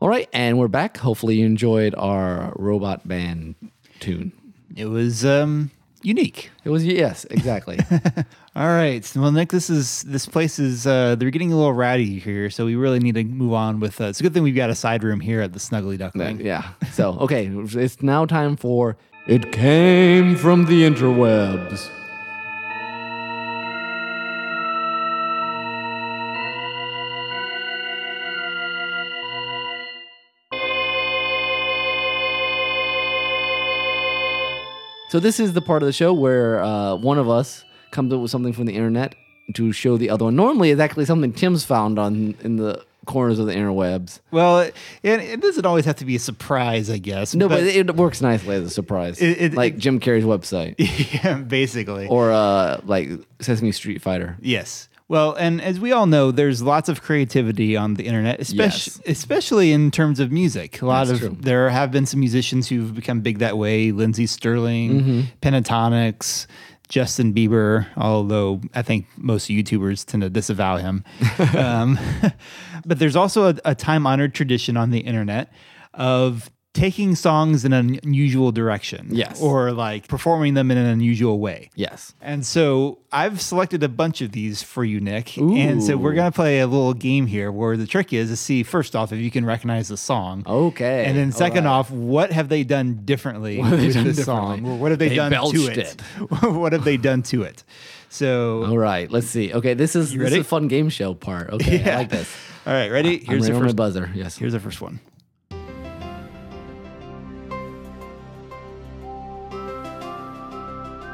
[SPEAKER 1] All right, and we're back. Hopefully, you enjoyed our robot band tune.
[SPEAKER 2] It was um unique.
[SPEAKER 1] It was yes, exactly.
[SPEAKER 2] All right. So, Well, Nick, this is this place is uh, they're getting a little rowdy here, so we really need to move on with. Uh, it's a good thing we've got a side room here at the Snuggly Duckling.
[SPEAKER 1] yeah. So okay, it's now time for it came from the interwebs. So this is the part of the show where uh, one of us comes up with something from the internet to show the other one. Normally, it's actually something Tim's found on in the corners of the interwebs.
[SPEAKER 2] Well, it, it doesn't always have to be a surprise, I guess.
[SPEAKER 1] No, but, it works nicely as a surprise,
[SPEAKER 2] It- it-
[SPEAKER 1] like
[SPEAKER 2] it-
[SPEAKER 1] Jim Carrey's website
[SPEAKER 2] yeah, basically.
[SPEAKER 1] or uh, like Sesame Street Fighter.
[SPEAKER 2] Yes. Well, and as we all know, there's lots of creativity on the internet, especially especially in terms of music. A lot
[SPEAKER 1] That's
[SPEAKER 2] of
[SPEAKER 1] true.
[SPEAKER 2] there have been some musicians who've become big that way: Lindsey Sterling,
[SPEAKER 1] Mm-hmm.
[SPEAKER 2] Pentatonics, Justin Bieber. Although I think most YouTubers tend to disavow him. um, but there's also a, a time-honored tradition on the internet of taking songs in an unusual direction,
[SPEAKER 1] Yes.
[SPEAKER 2] or like performing them in an unusual way.
[SPEAKER 1] Yes.
[SPEAKER 2] And so I've selected a bunch of these for you, Nick. And so we're
[SPEAKER 1] Ooh.
[SPEAKER 2] going to play a little game here where the trick is to see, first off, if you can recognize the song.
[SPEAKER 1] Okay. Oh,
[SPEAKER 2] And then
[SPEAKER 1] All
[SPEAKER 2] second
[SPEAKER 1] right.
[SPEAKER 2] off, what have they done differently
[SPEAKER 1] have they
[SPEAKER 2] with
[SPEAKER 1] done
[SPEAKER 2] this
[SPEAKER 1] differently?
[SPEAKER 2] song? Or what have they,
[SPEAKER 1] They
[SPEAKER 2] done to
[SPEAKER 1] belched Oh,
[SPEAKER 2] it? what have they done to it? So,
[SPEAKER 1] All right. Let's see. Okay, this is this
[SPEAKER 2] ready?
[SPEAKER 1] is a fun game show part. Okay, I
[SPEAKER 2] yeah.
[SPEAKER 1] like this.
[SPEAKER 2] All right, ready?
[SPEAKER 1] Here's
[SPEAKER 2] Here's
[SPEAKER 1] I'm
[SPEAKER 2] the
[SPEAKER 1] ready
[SPEAKER 2] first.
[SPEAKER 1] on my buzzer. Yes.
[SPEAKER 2] Here's the first one.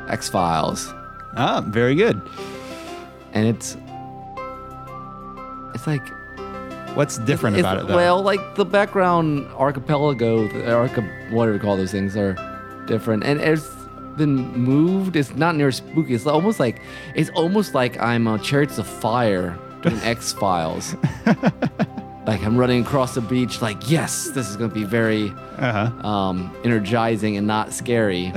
[SPEAKER 1] X Files,
[SPEAKER 2] Ah, very good.
[SPEAKER 1] and it's it's like
[SPEAKER 2] What's different
[SPEAKER 1] it's-
[SPEAKER 2] about it though?
[SPEAKER 1] well, like the background archipelago, the archi- whatever you call those things, are different, and it's been moved. It's not near spooky. It's almost like it's almost like I'm uh, chariots of fire doing X Files. like I'm running across the beach. Like yes, this is gonna be very
[SPEAKER 2] Uh-huh.
[SPEAKER 1] um, energizing and not scary.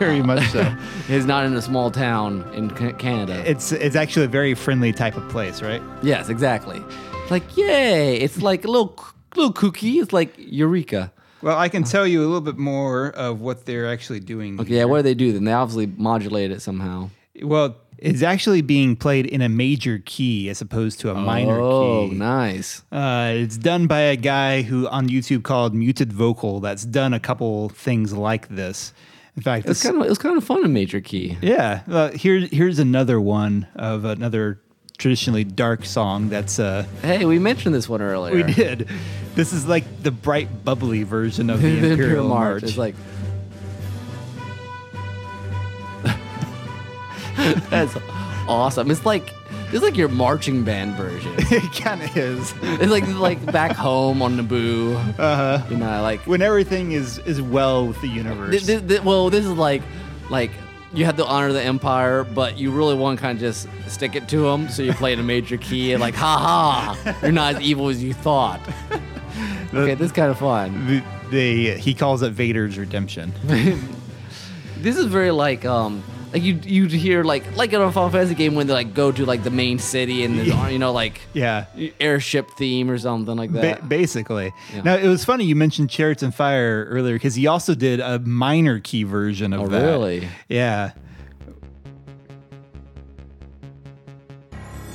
[SPEAKER 2] Very much so.
[SPEAKER 1] it's not in a small town in Ca- Canada.
[SPEAKER 2] It's it's actually a very friendly type of place, right?
[SPEAKER 1] yes, exactly. Like yay! It's like a little little kooky. It's like Eureka.
[SPEAKER 2] Well, I can tell you a little bit more of what they're actually doing.
[SPEAKER 1] Yeah, what do they do then? They obviously modulate it somehow.
[SPEAKER 2] Well, it's actually being played in a major key as opposed to a minor
[SPEAKER 1] oh,
[SPEAKER 2] key.
[SPEAKER 1] nice.
[SPEAKER 2] Uh, it's done by a guy who on YouTube called Muted Vocal. That's done a couple things like this. In fact,
[SPEAKER 1] It's
[SPEAKER 2] this,
[SPEAKER 1] kind of it was kind of fun in major key.
[SPEAKER 2] yeah. Uh, here, here's another one of another traditionally dark song. That's uh,
[SPEAKER 1] Hey, we mentioned this one earlier.
[SPEAKER 2] we did. This is like the bright, bubbly version of the, Imperial, March.
[SPEAKER 1] It's like that's awesome. It's like it's like your marching band version.
[SPEAKER 2] it kind of is.
[SPEAKER 1] It's like like back home on Naboo. Uh
[SPEAKER 2] Uh-huh.
[SPEAKER 1] huh. You know, like
[SPEAKER 2] When everything is is well with the
[SPEAKER 1] Th-
[SPEAKER 2] universe.
[SPEAKER 1] th- th- well, this is like, like you have to honor the empire, but you really want to kind of just stick it to them. So you play it in a major key, and like, ha ha, you're not as evil as you thought. Okay, this is kind of fun.
[SPEAKER 2] The- they he calls it Vader's redemption.
[SPEAKER 1] This is very like, um, like you you hear like like in a Final Fantasy game when they like go to like the main city and there's, you know like
[SPEAKER 2] yeah.
[SPEAKER 1] airship theme or something like
[SPEAKER 2] Ba-
[SPEAKER 1] that.
[SPEAKER 2] basically.
[SPEAKER 1] Yeah.
[SPEAKER 2] Now it was funny you mentioned Chariots and Fire earlier because he also did a minor key version of
[SPEAKER 1] Oh,
[SPEAKER 2] that.
[SPEAKER 1] really?
[SPEAKER 2] Yeah.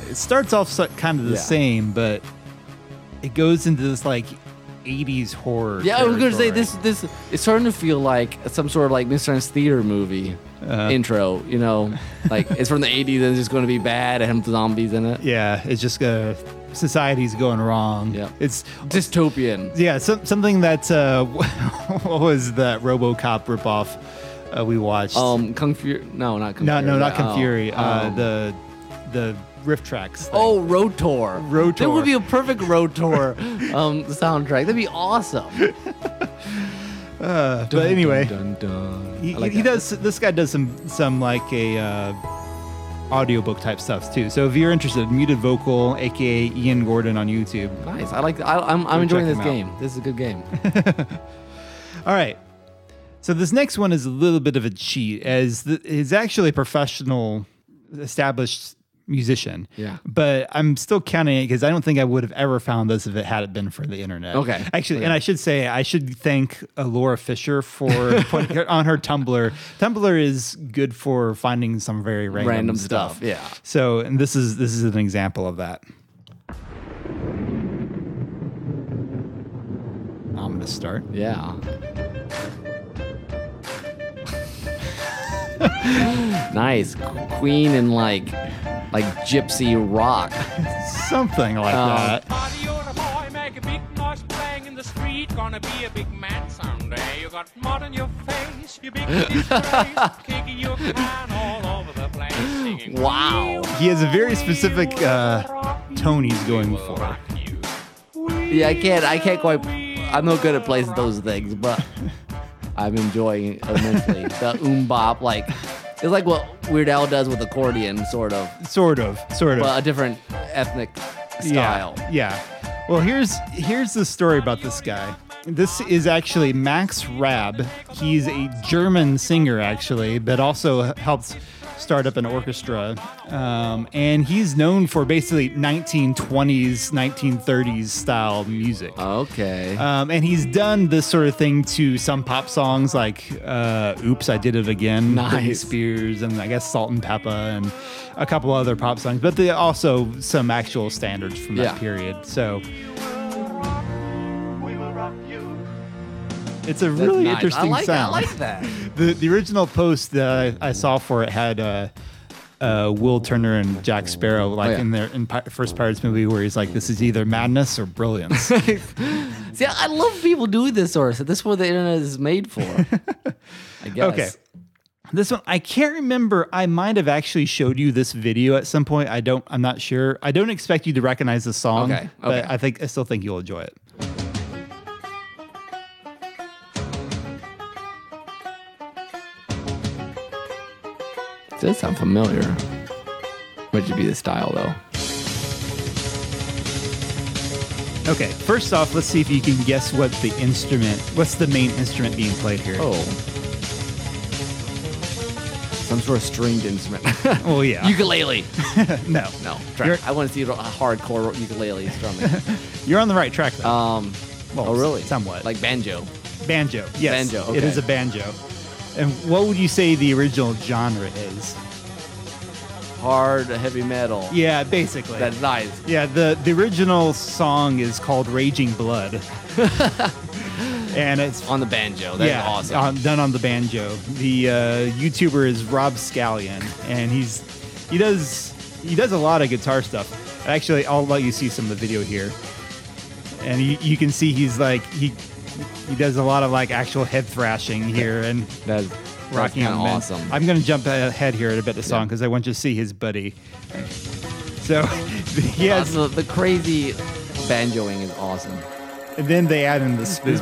[SPEAKER 2] It starts off so, kind of the
[SPEAKER 1] Yeah.
[SPEAKER 2] same, but it goes into this like 80s horror.
[SPEAKER 1] Yeah, I was gonna say
[SPEAKER 2] territory.
[SPEAKER 1] this. This it's starting to feel like some sort of like Mr. Science Theater movie
[SPEAKER 2] Uh-huh.
[SPEAKER 1] intro. You know, like it's from the '80s and it's just gonna be bad and have zombies in it.
[SPEAKER 2] Yeah, it's just uh, society's going wrong.
[SPEAKER 1] Yeah.
[SPEAKER 2] It's
[SPEAKER 1] Dystopian.
[SPEAKER 2] yeah, some, something that uh, what was that RoboCop ripoff uh, we watched?
[SPEAKER 1] Um, Kung Fury. No, not Kung
[SPEAKER 2] No,
[SPEAKER 1] Fury.
[SPEAKER 2] no, not
[SPEAKER 1] oh,
[SPEAKER 2] Confuri. uh,
[SPEAKER 1] um,
[SPEAKER 2] the the riff tracks. thing.
[SPEAKER 1] Oh, Rotor.
[SPEAKER 2] Rotor.
[SPEAKER 1] That would be a perfect Rotor um, soundtrack. That'd be awesome.
[SPEAKER 2] Uh, but anyway,
[SPEAKER 1] Dun, dun, dun.
[SPEAKER 2] he,
[SPEAKER 1] I like
[SPEAKER 2] he
[SPEAKER 1] that.
[SPEAKER 2] does. This guy does some some like a uh, audiobook type stuff too. So if you're interested, muted vocal, aka Ian Gordon on YouTube.
[SPEAKER 1] Nice. I like. I, I'm, I'm
[SPEAKER 2] Go
[SPEAKER 1] enjoying
[SPEAKER 2] check
[SPEAKER 1] this
[SPEAKER 2] him
[SPEAKER 1] game. This is a good game.
[SPEAKER 2] All right. So this next one is a little bit of a cheat, as th- he's actually a professional, established musician.
[SPEAKER 1] Yeah.
[SPEAKER 2] But I'm still counting it because I don't think I would have ever found this if it hadn't been for the internet.
[SPEAKER 1] Okay.
[SPEAKER 2] Actually, and I should say I should thank uh, Laura Fisher for putting her on her Tumblr. Tumblr is good for finding some very random,
[SPEAKER 1] Random stuff, yeah.
[SPEAKER 2] So, and this is this is an example of that. I'm gonna start.
[SPEAKER 1] Yeah. nice. Qu- Queen and like like gypsy rock.
[SPEAKER 2] Something like
[SPEAKER 1] Um,
[SPEAKER 2] that.
[SPEAKER 3] Buddy, you're a boy, make a big noise playing in the street. Gonna be a big man someday. You got mud on your face, you big disgrace, kicking your can all over the place. Singing,
[SPEAKER 1] Wow.
[SPEAKER 2] He has a very specific uh, tone he's going for.
[SPEAKER 3] "Rock you."
[SPEAKER 1] Yeah, I can't I can't quite I'm no good at placing those things, but I'm enjoying it immensely. the oom bop like it's like what Weird Al does with accordion sort of,
[SPEAKER 2] Sort of, sort of.
[SPEAKER 1] but a different ethnic style.
[SPEAKER 2] Yeah, yeah. Well, here's here's the story about this guy. This is actually Max Rab. He's a German singer, actually, but also helped start up an orchestra. Um, and he's known for basically 1920s, 1930s style music.
[SPEAKER 1] Okay.
[SPEAKER 2] Um, and he's done this sort of thing to some pop songs like uh, "Oops, I Did It Again," Britney
[SPEAKER 1] Nice.
[SPEAKER 2] Spears, and I guess Salt and Peppa, and a couple other pop songs. But they also some actual standards from that
[SPEAKER 1] Yeah.
[SPEAKER 2] period. So
[SPEAKER 3] We will rock you.
[SPEAKER 2] it's a
[SPEAKER 1] That's
[SPEAKER 2] really
[SPEAKER 1] nice.
[SPEAKER 2] interesting
[SPEAKER 1] I like,
[SPEAKER 2] sound.
[SPEAKER 1] I like that.
[SPEAKER 2] the the original post that I, I saw for it had uh, uh, Will Turner and Jack Sparrow, like
[SPEAKER 1] Oh, yeah.
[SPEAKER 2] in their in Pi- first Pirates movie, where he's like, "This is either madness or brilliance."
[SPEAKER 1] See, I love people doing this sort of stuff. This is what the internet is made for. I guess.
[SPEAKER 2] Okay. This one I can't remember. I might have actually showed you this video at some point. I don't. I'm not sure. I don't expect you to recognize the song,
[SPEAKER 1] Okay,
[SPEAKER 2] but
[SPEAKER 1] okay.
[SPEAKER 2] I think I still think you'll enjoy it.
[SPEAKER 1] does sound familiar. Might just be the style though.
[SPEAKER 2] Okay, first off, let's see if you can guess what the instrument, what's the main instrument being played here?
[SPEAKER 1] Oh. Some sort of stringed instrument.
[SPEAKER 2] well, yeah.
[SPEAKER 1] ukulele.
[SPEAKER 2] no,
[SPEAKER 1] No, try-
[SPEAKER 2] You're-
[SPEAKER 1] I want to see a hardcore ukulele strumming.
[SPEAKER 2] you're on the right track. Though.
[SPEAKER 1] Um,
[SPEAKER 2] Well,
[SPEAKER 1] oh, really?
[SPEAKER 2] somewhat.
[SPEAKER 1] Like banjo.
[SPEAKER 2] banjo. Yes,
[SPEAKER 1] banjo,
[SPEAKER 2] It
[SPEAKER 1] okay.
[SPEAKER 2] is a banjo. And what would you say the original genre is?
[SPEAKER 1] Hard heavy metal.
[SPEAKER 2] Yeah, basically.
[SPEAKER 1] That's nice.
[SPEAKER 2] Yeah, the, the original song is called Raging Blood. and it's
[SPEAKER 1] On the banjo. That's
[SPEAKER 2] yeah,
[SPEAKER 1] awesome.
[SPEAKER 2] on- done on the banjo. The uh, YouTuber is Rob Scallion, and he's he does he does a lot of guitar stuff. Actually, I'll let you see some of the video here, and you, you can see he's like he he does a lot of like actual head thrashing here and
[SPEAKER 1] that's
[SPEAKER 2] rocking
[SPEAKER 1] that's kinda
[SPEAKER 2] on the band.
[SPEAKER 1] awesome.
[SPEAKER 2] I'm gonna jump ahead here in a bit the song because I want you to see his buddy. So he
[SPEAKER 1] Yeah,
[SPEAKER 2] has,
[SPEAKER 1] the, the crazy banjoing is awesome.
[SPEAKER 2] and then they add in the
[SPEAKER 1] The
[SPEAKER 2] spoons.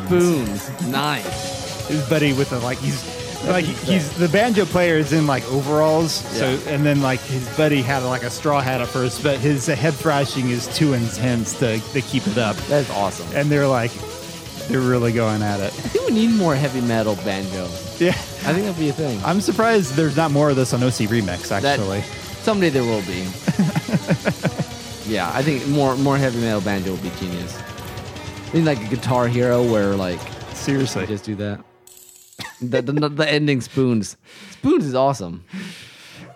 [SPEAKER 1] spoons. nice.
[SPEAKER 2] his buddy with a like he's like he's the banjo player is in like overalls
[SPEAKER 1] Yeah.
[SPEAKER 2] so and then like his buddy had like a straw hat at first but his head thrashing is too intense to, to keep it up
[SPEAKER 1] That's awesome.
[SPEAKER 2] and they're like they're really going at
[SPEAKER 1] I
[SPEAKER 2] it
[SPEAKER 1] think we need more heavy metal banjo.
[SPEAKER 2] yeah
[SPEAKER 1] I think that'd be a thing.
[SPEAKER 2] i'm surprised there's not more of this on oc remix
[SPEAKER 1] That-
[SPEAKER 2] actually
[SPEAKER 1] someday there will be. yeah, I think more more heavy metal banjo would be genius. Need like a guitar hero where like
[SPEAKER 2] seriously
[SPEAKER 1] I just do that. The, the, the ending spoons. Spoons is awesome.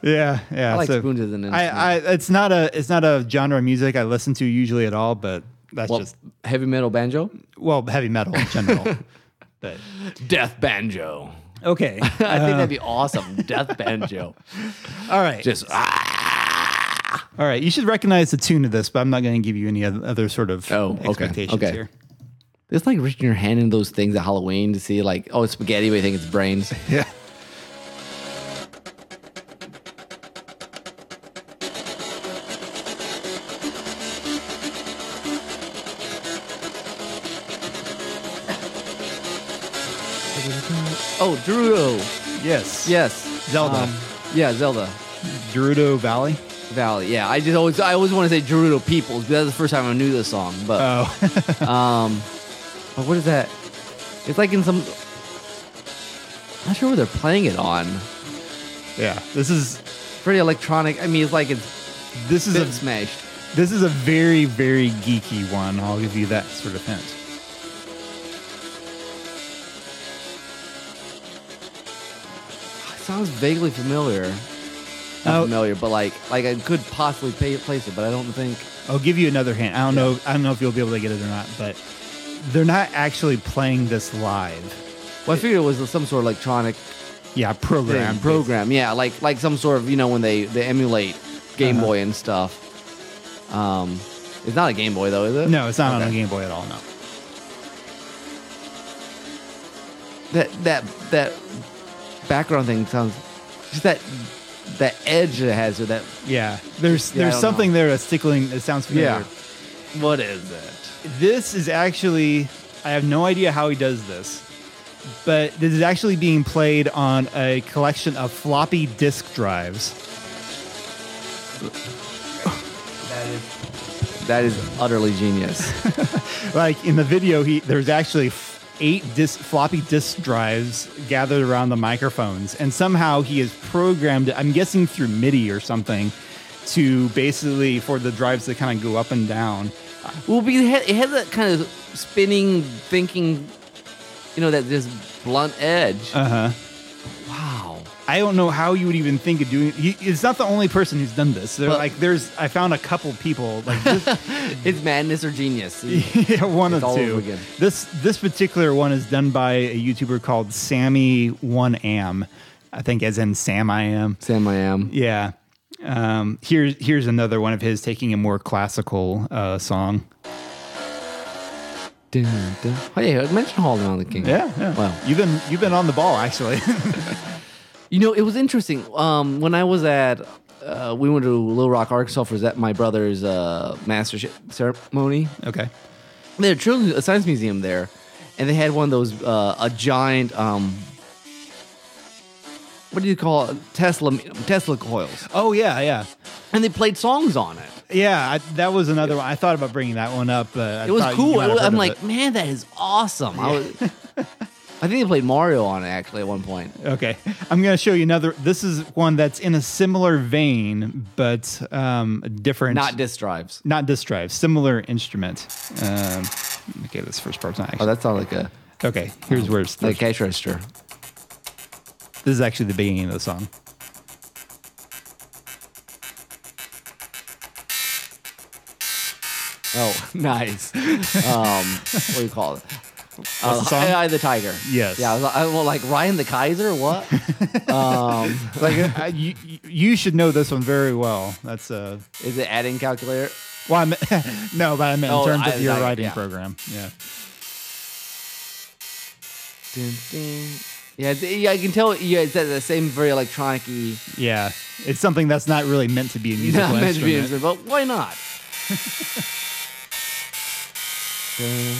[SPEAKER 2] yeah yeah
[SPEAKER 1] I like
[SPEAKER 2] so
[SPEAKER 1] spoons as an
[SPEAKER 2] I,
[SPEAKER 1] instrument.
[SPEAKER 2] I it's not a it's not a genre of music i listen to usually at all but that's
[SPEAKER 1] well,
[SPEAKER 2] just
[SPEAKER 1] heavy metal banjo?
[SPEAKER 2] well heavy metal in general but
[SPEAKER 1] Death banjo.
[SPEAKER 2] okay
[SPEAKER 1] I think that'd be awesome. Death banjo.
[SPEAKER 2] all right
[SPEAKER 1] Just ah.
[SPEAKER 2] All right, you should recognize the tune of this, but I'm not going to give you any oth- other sort of
[SPEAKER 1] Oh, okay,
[SPEAKER 2] expectations
[SPEAKER 1] okay.
[SPEAKER 2] here.
[SPEAKER 1] It's like reaching your hand in those things at Halloween to see like, oh, it's spaghetti, but you think it's brains.
[SPEAKER 2] Yeah.
[SPEAKER 1] Oh, Gerudo.
[SPEAKER 2] Yes.
[SPEAKER 1] Yes.
[SPEAKER 2] Zelda.
[SPEAKER 1] Um, yeah, Zelda.
[SPEAKER 2] Gerudo Valley.
[SPEAKER 1] Valley. Yeah, I just always I always want to say Gerudo Peoples because that's the first time I knew this song. But
[SPEAKER 2] Oh,
[SPEAKER 1] but what is that? It's like in some. Not sure where they're playing it on.
[SPEAKER 2] yeah. This is
[SPEAKER 1] Pretty electronic. I mean, it's like it's
[SPEAKER 2] this is
[SPEAKER 1] bit
[SPEAKER 2] a
[SPEAKER 1] smashed.
[SPEAKER 2] this is a very very geeky one. I'll give you that sort of hint.
[SPEAKER 1] It sounds vaguely familiar. Not
[SPEAKER 2] Oh.
[SPEAKER 1] familiar, but like like I could possibly pay, place it, but I don't think.
[SPEAKER 2] I'll give you another hint. I don't know. I don't know if you'll be able to get it or not, but they're not actually playing this live.
[SPEAKER 1] Well, I figured it was some sort of electronic
[SPEAKER 2] Yeah, program.
[SPEAKER 1] thing, program. Yeah, like like some sort of you know when they they emulate
[SPEAKER 2] Uh-huh.
[SPEAKER 1] Game Boy and stuff. Um, it's not a Game Boy though, is it?
[SPEAKER 2] No, it's not on a
[SPEAKER 1] Okay.
[SPEAKER 2] Game Boy at all. No.
[SPEAKER 1] That that that background thing sounds just that that edge it has or that
[SPEAKER 2] Yeah. There's
[SPEAKER 1] Yeah, I
[SPEAKER 2] there's
[SPEAKER 1] don't
[SPEAKER 2] something
[SPEAKER 1] know.
[SPEAKER 2] there that's tickling. That sounds familiar.
[SPEAKER 1] What is it?
[SPEAKER 2] This is actually, I have no idea how he does this, but this is actually being played on a collection of floppy disk drives.
[SPEAKER 1] That is utterly genius.
[SPEAKER 2] Like in the video, he there's actually f- eight disk, floppy disk drives gathered around the microphones, and somehow he is programmed. I'm guessing through MIDI or something, to basically for the drives to kind of go up and down.
[SPEAKER 1] well, because it has, it has that kind of spinning thinking, you know, that this blunt edge.
[SPEAKER 2] Uh huh.
[SPEAKER 1] wow.
[SPEAKER 2] I don't know how you would even think of doing. He, it's not the only person who's done this. They're
[SPEAKER 1] Well-
[SPEAKER 2] like, there's. I found a couple people like this,
[SPEAKER 1] It's madness or genius.
[SPEAKER 2] yeah, one
[SPEAKER 1] It's
[SPEAKER 2] of
[SPEAKER 1] all
[SPEAKER 2] two.
[SPEAKER 1] over again.
[SPEAKER 2] This this particular one is done by a YouTuber called Sammy One Am, I think, as in Sam I Am.
[SPEAKER 1] Sam, I am.
[SPEAKER 2] Yeah. Um, here's here's another one of his taking a more classical uh, song.
[SPEAKER 1] Dun, dun. Oh yeah, mention Hall on the King.
[SPEAKER 2] Yeah, yeah.
[SPEAKER 1] Wow.
[SPEAKER 2] you've been you've been on the ball actually.
[SPEAKER 1] You know, it was interesting. Um, when I was at, uh, we went to Little Rock, Arkansas for that my brother's uh, master sh- ceremony.
[SPEAKER 2] okay.
[SPEAKER 1] They had a children's a science museum there, and they had one of those uh, a giant um, what do you call it? Tesla Tesla coils,
[SPEAKER 2] Oh yeah, yeah,
[SPEAKER 1] and they played songs on it.
[SPEAKER 2] yeah. I, that was another one. I thought about bringing that one up. But
[SPEAKER 1] It was cool. I, am like, man, that is awesome. I was. I think they played Mario on it actually at one point.
[SPEAKER 2] Okay, I'm gonna show you another. This is one that's in a similar vein, but um, different.
[SPEAKER 1] Not disk drives.
[SPEAKER 2] not disk drive. Similar instrument. Um, okay, this first part's not.
[SPEAKER 1] Oh,
[SPEAKER 2] Actually,
[SPEAKER 1] that sounds like a
[SPEAKER 2] okay, here's where it's.
[SPEAKER 1] like a cash register.
[SPEAKER 2] This is actually the beginning of the song.
[SPEAKER 1] Oh, nice. um, what do you call it?
[SPEAKER 2] the song?
[SPEAKER 1] Hi- Hi, the Tiger.
[SPEAKER 2] Yes.
[SPEAKER 1] Yeah. I was, I was like Ryan the Kaiser. What? um,
[SPEAKER 2] Like uh, I- you, you- you should know this one very well. That's uh,
[SPEAKER 1] is it adding calculator?
[SPEAKER 2] well, I meant, no, but I meant in
[SPEAKER 1] Oh,
[SPEAKER 2] terms
[SPEAKER 1] I-
[SPEAKER 2] of your
[SPEAKER 1] I-
[SPEAKER 2] writing
[SPEAKER 1] yeah.
[SPEAKER 2] program. Yeah.
[SPEAKER 1] Dun, dun. Yeah, th- yeah, I can tell. Yeah, it's that, that same very electronic-y.
[SPEAKER 2] Yeah, it's something that's not really meant to be a musical
[SPEAKER 1] not meant to be an
[SPEAKER 2] instrument.
[SPEAKER 1] instrument, but why not? Dun.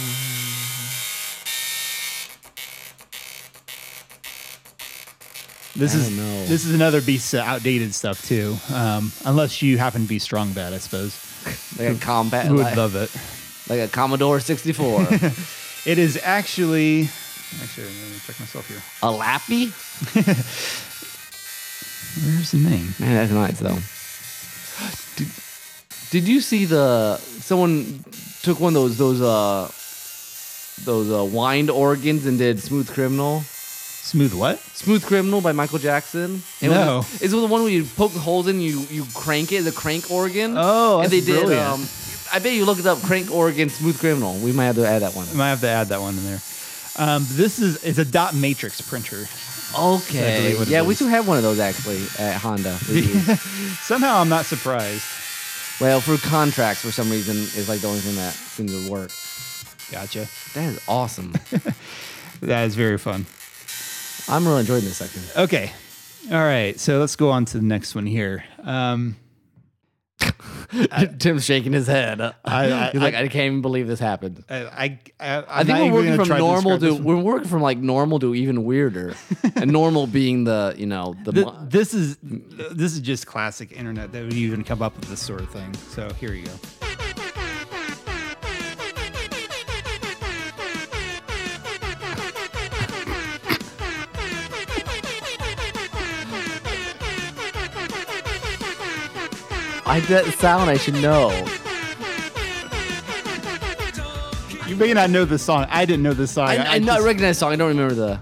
[SPEAKER 2] This
[SPEAKER 1] I don't
[SPEAKER 2] is
[SPEAKER 1] know.
[SPEAKER 2] this is another piece of outdated stuff too. Um, unless you happen to be strong bad, I suppose.
[SPEAKER 1] like a combat,
[SPEAKER 2] Who would
[SPEAKER 1] like,
[SPEAKER 2] love it?
[SPEAKER 1] like a Commodore 64,
[SPEAKER 2] It is actually. Actually, let me check myself here.
[SPEAKER 1] a lappy.
[SPEAKER 2] Where's the name?
[SPEAKER 1] Man, that's nice though. Did, did you see the someone took one of those those uh those uh, wind organs and did Smooth Criminal?
[SPEAKER 2] Smooth what?
[SPEAKER 1] Smooth Criminal by Michael Jackson. It
[SPEAKER 2] No.
[SPEAKER 1] was, it's the one where you poke holes in, you you crank it, the crank organ.
[SPEAKER 2] Oh,
[SPEAKER 1] and
[SPEAKER 2] that's
[SPEAKER 1] they did.
[SPEAKER 2] brilliant.
[SPEAKER 1] Um, I bet you look it up. Crank organ, Smooth Criminal. We might have to add that one.
[SPEAKER 2] I might have to add that one in there. Um, this is it's a dot matrix printer. I
[SPEAKER 1] Okay.
[SPEAKER 2] believe what it
[SPEAKER 1] Yeah, we
[SPEAKER 2] is.
[SPEAKER 1] do have one of those actually at Honda. We do.
[SPEAKER 2] Somehow I'm not surprised.
[SPEAKER 1] well, for contracts, for some reason, is like the only thing that seems to work.
[SPEAKER 2] Gotcha.
[SPEAKER 1] That is awesome.
[SPEAKER 2] That is very fun.
[SPEAKER 1] I'm really enjoying this section.
[SPEAKER 2] Okay. All right. So let's go on to the next one here. Um,
[SPEAKER 1] Uh, Tim's shaking his head.
[SPEAKER 2] I-
[SPEAKER 1] He's like, I can't even believe this happened.
[SPEAKER 2] I, I, I, I'm
[SPEAKER 1] I think
[SPEAKER 2] not
[SPEAKER 1] we're
[SPEAKER 2] even
[SPEAKER 1] working
[SPEAKER 2] gonna
[SPEAKER 1] from
[SPEAKER 2] try to
[SPEAKER 1] normal
[SPEAKER 2] describe
[SPEAKER 1] to
[SPEAKER 2] this
[SPEAKER 1] we're working from like normal to even weirder, and normal being the you know the,
[SPEAKER 2] Th-
[SPEAKER 1] mo-
[SPEAKER 2] this is this is just classic internet that would even come up with this sort of thing. So here you go.
[SPEAKER 1] I that sound I should know.
[SPEAKER 2] You may not know this song. I didn't know this song.
[SPEAKER 1] I, I, know- I
[SPEAKER 2] just-
[SPEAKER 1] recognize the song. I don't remember the.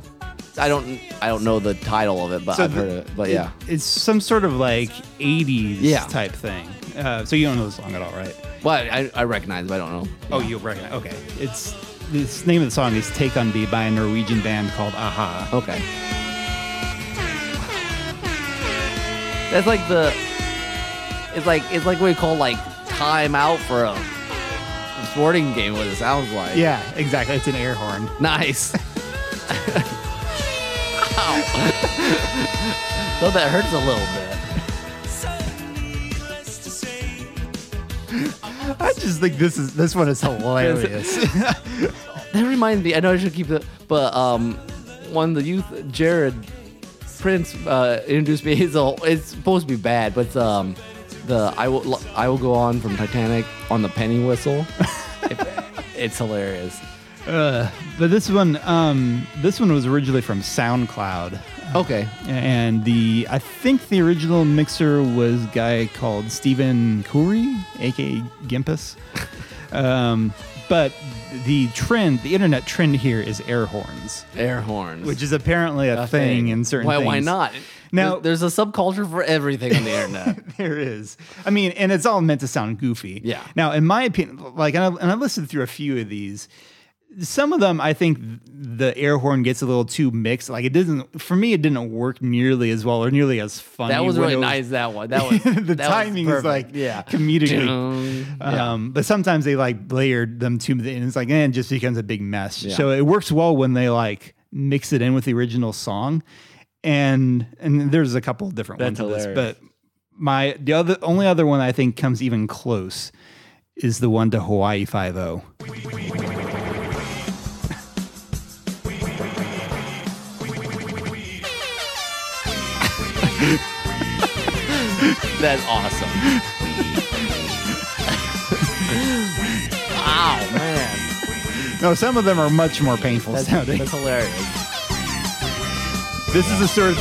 [SPEAKER 1] I don't I don't know the title of it, but I've
[SPEAKER 2] the-
[SPEAKER 1] heard it. But yeah,
[SPEAKER 2] it's some sort of like '80s
[SPEAKER 1] Yeah.
[SPEAKER 2] type thing. Uh, so you don't know the song at all, right?
[SPEAKER 1] but I, I recognize it. But I don't know.
[SPEAKER 2] Oh, you'll recognize. Okay, it's this name of the song is "Take on Me" by a Norwegian band called Aha.
[SPEAKER 1] Okay. That's like the. It's like it's like what we call like time out for a sporting game. What it sounds like.
[SPEAKER 2] Yeah, exactly. It's an air horn.
[SPEAKER 1] Nice. Ow. Though that hurts a little bit.
[SPEAKER 2] I just think this is this one is hilarious.
[SPEAKER 1] That reminds me. I know I should keep the, but um, one of the youth Jared Prince uh, introduced me. It's a, it's supposed to be bad, but it's, um, the I will I will go on from Titanic on the penny whistle. It- it's hilarious.
[SPEAKER 2] but this one, um, this one was originally from SoundCloud.
[SPEAKER 1] Okay.
[SPEAKER 2] and the I think the original mixer was a guy called Stephen Curry, aka Gimpus. um, but the trend, the internet trend here is air horns,
[SPEAKER 1] Air horns.
[SPEAKER 2] which is apparently a, thing, in certain.
[SPEAKER 1] why,
[SPEAKER 2] things.
[SPEAKER 1] Why not?
[SPEAKER 2] Now-
[SPEAKER 1] there's, there's a subculture for everything on the internet.
[SPEAKER 2] There is. I mean, and it's all meant to sound goofy.
[SPEAKER 1] Yeah.
[SPEAKER 2] Now, in my opinion, like, and I, and I listened through a few of these. Some of them, I think the air horn gets a little too mixed. Like, it doesn't, for me, it didn't work nearly as well or nearly as funny.
[SPEAKER 1] That was
[SPEAKER 2] when
[SPEAKER 1] really
[SPEAKER 2] it
[SPEAKER 1] nice. That one. That was
[SPEAKER 2] the
[SPEAKER 1] that was
[SPEAKER 2] timing is
[SPEAKER 1] perfect.
[SPEAKER 2] like
[SPEAKER 1] yeah.
[SPEAKER 2] comedically.
[SPEAKER 1] Dun.
[SPEAKER 2] Um, but sometimes they like layered them too, and it's like, and it just becomes a big mess.
[SPEAKER 1] Yeah.
[SPEAKER 2] So it works well when they like mix it in with the original song, and and there's a couple of different
[SPEAKER 1] That's
[SPEAKER 2] ones of
[SPEAKER 1] hilarious.
[SPEAKER 2] this, but my the other only other one I think comes even close is the one to Hawaii Five O.
[SPEAKER 1] That's awesome. wow, man.
[SPEAKER 2] No, some of them are much more painful
[SPEAKER 1] That's,
[SPEAKER 2] sounding.
[SPEAKER 1] that's hilarious.
[SPEAKER 2] This is the sort of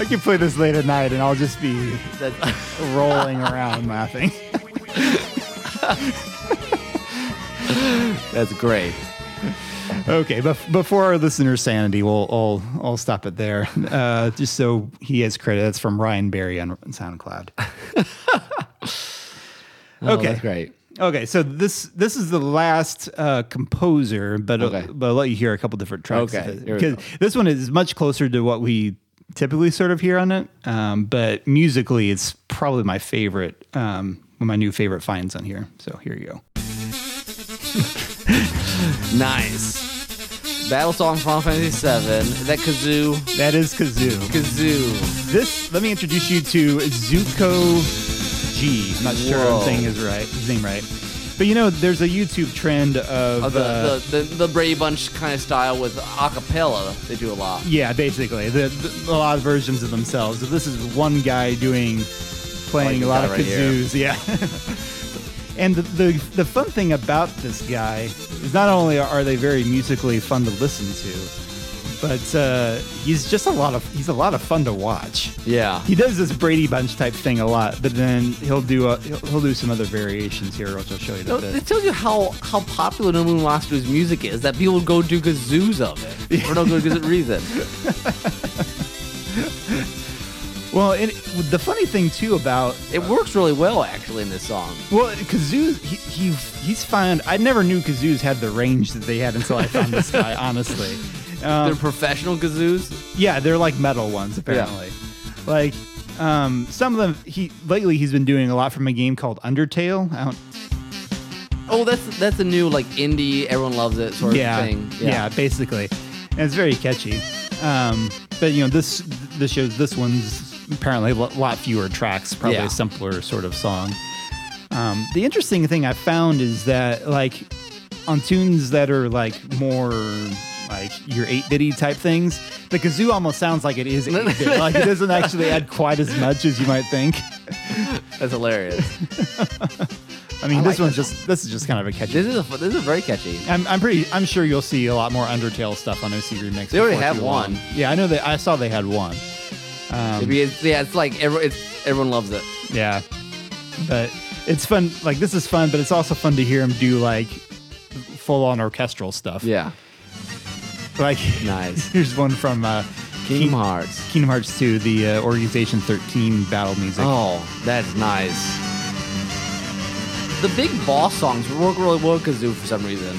[SPEAKER 2] I can play this late at night and I'll just be
[SPEAKER 1] That-
[SPEAKER 2] rolling around laughing.
[SPEAKER 1] that's great.
[SPEAKER 2] Okay, but before our listener's sanity, we'll I'll, I'll stop it there. Uh, just so he has credit. That's from Ryan Berry on SoundCloud.
[SPEAKER 1] Oh,
[SPEAKER 2] okay,
[SPEAKER 1] that's great.
[SPEAKER 2] Okay, so this this is the last uh, composer, but uh,
[SPEAKER 1] Okay.
[SPEAKER 2] but I'll let you hear a couple different tracks.
[SPEAKER 1] Okay, here we
[SPEAKER 2] because
[SPEAKER 1] go.
[SPEAKER 2] this one is much closer to what we typically sort of hear on it. Um, but musically, it's probably my favorite, um, one of my new favorite finds on here. So here you go.
[SPEAKER 1] Nice. Battle song Final Fantasy VII. That kazoo,
[SPEAKER 2] That is kazoo.
[SPEAKER 1] kazoo.
[SPEAKER 2] This let me introduce you to Zuko G. I'm not sure
[SPEAKER 1] Whoa.
[SPEAKER 2] I'm saying his right his name right, but you know, there's a YouTube trend of
[SPEAKER 1] Oh,
[SPEAKER 2] uh,
[SPEAKER 1] the, the, the the Brady Bunch kind of style with acapella. They do a lot.
[SPEAKER 2] Yeah, basically, the, the, a lot of versions of themselves. So this is one guy doing,
[SPEAKER 1] Like
[SPEAKER 2] playing a lot
[SPEAKER 1] that
[SPEAKER 2] of
[SPEAKER 1] right here.
[SPEAKER 2] kazoos. Yeah. and the, the the fun thing about this guy is not only are they very musically fun to listen to, but uh, he's just a lot of he's a lot of fun to watch.
[SPEAKER 1] Yeah.
[SPEAKER 2] He does this Brady Bunch type thing a lot, but then he'll do a, he'll, he'll do some other variations here, which I'll show you. in a
[SPEAKER 1] No,
[SPEAKER 2] bit.
[SPEAKER 1] It tells you how how popular Nobu Masaru's music is that people go do kazoos of it for no good good reason.
[SPEAKER 2] Well, and the funny thing too about
[SPEAKER 1] It works really well actually in this song.
[SPEAKER 2] Well, Kazoo's he, he he's found. I never knew Kazoo's had the range that they had until I found this guy. Honestly,
[SPEAKER 1] They're
[SPEAKER 2] um,
[SPEAKER 1] professional kazoos.
[SPEAKER 2] yeah, they're like metal ones apparently. Like um, some of them. He lately he's been doing a lot from a game called Undertale. I don't,
[SPEAKER 1] Oh, that's that's a new like indie, everyone loves it sort of
[SPEAKER 2] yeah,
[SPEAKER 1] thing.
[SPEAKER 2] yeah, basically, and it's very catchy. Um, but you know this this shows this one's apparently a lot fewer tracks, probably
[SPEAKER 1] Yeah.
[SPEAKER 2] a simpler sort of song. Um, the interesting thing I found is that like on tunes that are like more like your eight bitty type things, the kazoo almost sounds like it is eight bit. like it doesn't actually add quite as much as you might think.
[SPEAKER 1] That's hilarious.
[SPEAKER 2] I mean,
[SPEAKER 1] I
[SPEAKER 2] this
[SPEAKER 1] like
[SPEAKER 2] one's just this is just kind of a catchy.
[SPEAKER 1] this is a fu- this is very catchy.
[SPEAKER 2] I'm, I'm pretty. I'm sure you'll see a lot more Undertale stuff on OC Remix.
[SPEAKER 1] They already
[SPEAKER 2] before
[SPEAKER 1] have
[SPEAKER 2] too
[SPEAKER 1] one.
[SPEAKER 2] long. Yeah, I know that. I saw they had one. Um,
[SPEAKER 1] It'd be- it's, yeah, it's like every, it's, everyone loves it.
[SPEAKER 2] Yeah, but it's fun. Like this is fun, but it's also fun to hear him do like full on orchestral stuff.
[SPEAKER 1] Yeah,
[SPEAKER 2] Like
[SPEAKER 1] Nice.
[SPEAKER 2] Here's one from uh,
[SPEAKER 1] Kingdom
[SPEAKER 2] King-
[SPEAKER 1] Hearts.
[SPEAKER 2] Kingdom Hearts 2, the uh, Organization 13 battle music.
[SPEAKER 1] Oh, that's nice. The big boss songs work really well with kazoo for some reason.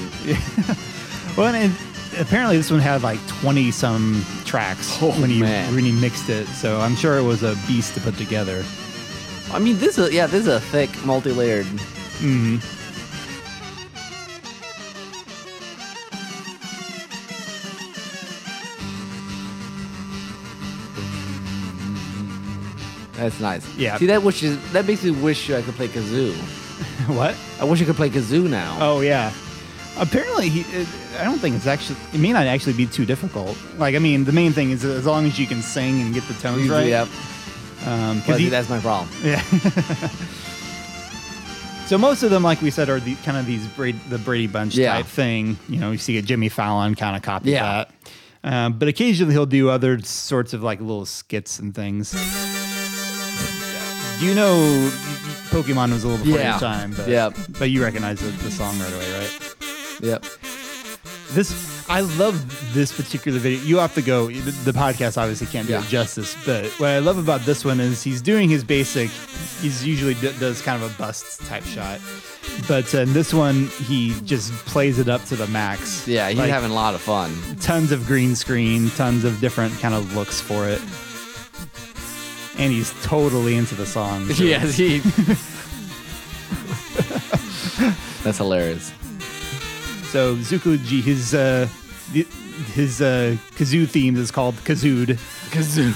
[SPEAKER 2] Well, and apparently this one had like 20 some tracks when he
[SPEAKER 1] Oh, man.
[SPEAKER 2] when he mixed it. So I'm sure it was a beast to put together.
[SPEAKER 1] I mean, this is yeah, this is a thick, multi-layered.
[SPEAKER 2] Mm-hmm.
[SPEAKER 1] That's nice.
[SPEAKER 2] Yeah.
[SPEAKER 1] See, that wishes that makes me wish I could play kazoo.
[SPEAKER 2] what?
[SPEAKER 1] I wish I could play kazoo now.
[SPEAKER 2] Oh yeah. Apparently, he, it, I don't think it's actually. It may not actually be too difficult. Like, I mean, the main thing is as long as you can sing and get the tones right.
[SPEAKER 1] Yep.
[SPEAKER 2] Um, 'cause
[SPEAKER 1] Well, see,
[SPEAKER 2] he-
[SPEAKER 1] that's my problem.
[SPEAKER 2] so most of them, like we said, are the kind of these Brady, the Brady Bunch
[SPEAKER 1] Yeah.
[SPEAKER 2] type thing. You know, you see a Jimmy Fallon kind of copy
[SPEAKER 1] Yeah.
[SPEAKER 2] that. Um, but occasionally he'll do other sorts of like little skits and things. You know, Pokemon was a little before
[SPEAKER 1] Yeah.
[SPEAKER 2] your time, but
[SPEAKER 1] Yep.
[SPEAKER 2] but you recognize the, the song right away, right?
[SPEAKER 1] Yep.
[SPEAKER 2] This I love this particular video. You have to go. The, the podcast obviously can't do
[SPEAKER 1] Yeah.
[SPEAKER 2] it justice, but what I love about this one is he's doing his basic. He's usually d- does kind of a bust type shot, but uh, in this one he just plays it up to the max.
[SPEAKER 1] Yeah, he's
[SPEAKER 2] Like,
[SPEAKER 1] having a lot of fun.
[SPEAKER 2] tons of green screen, tons of different kind of looks for it, and he's totally into the song. so-
[SPEAKER 1] yes, he. that's hilarious.
[SPEAKER 2] So Zukuji, his uh, th- his uh, kazoo theme is called Kazood.
[SPEAKER 1] Kazoo.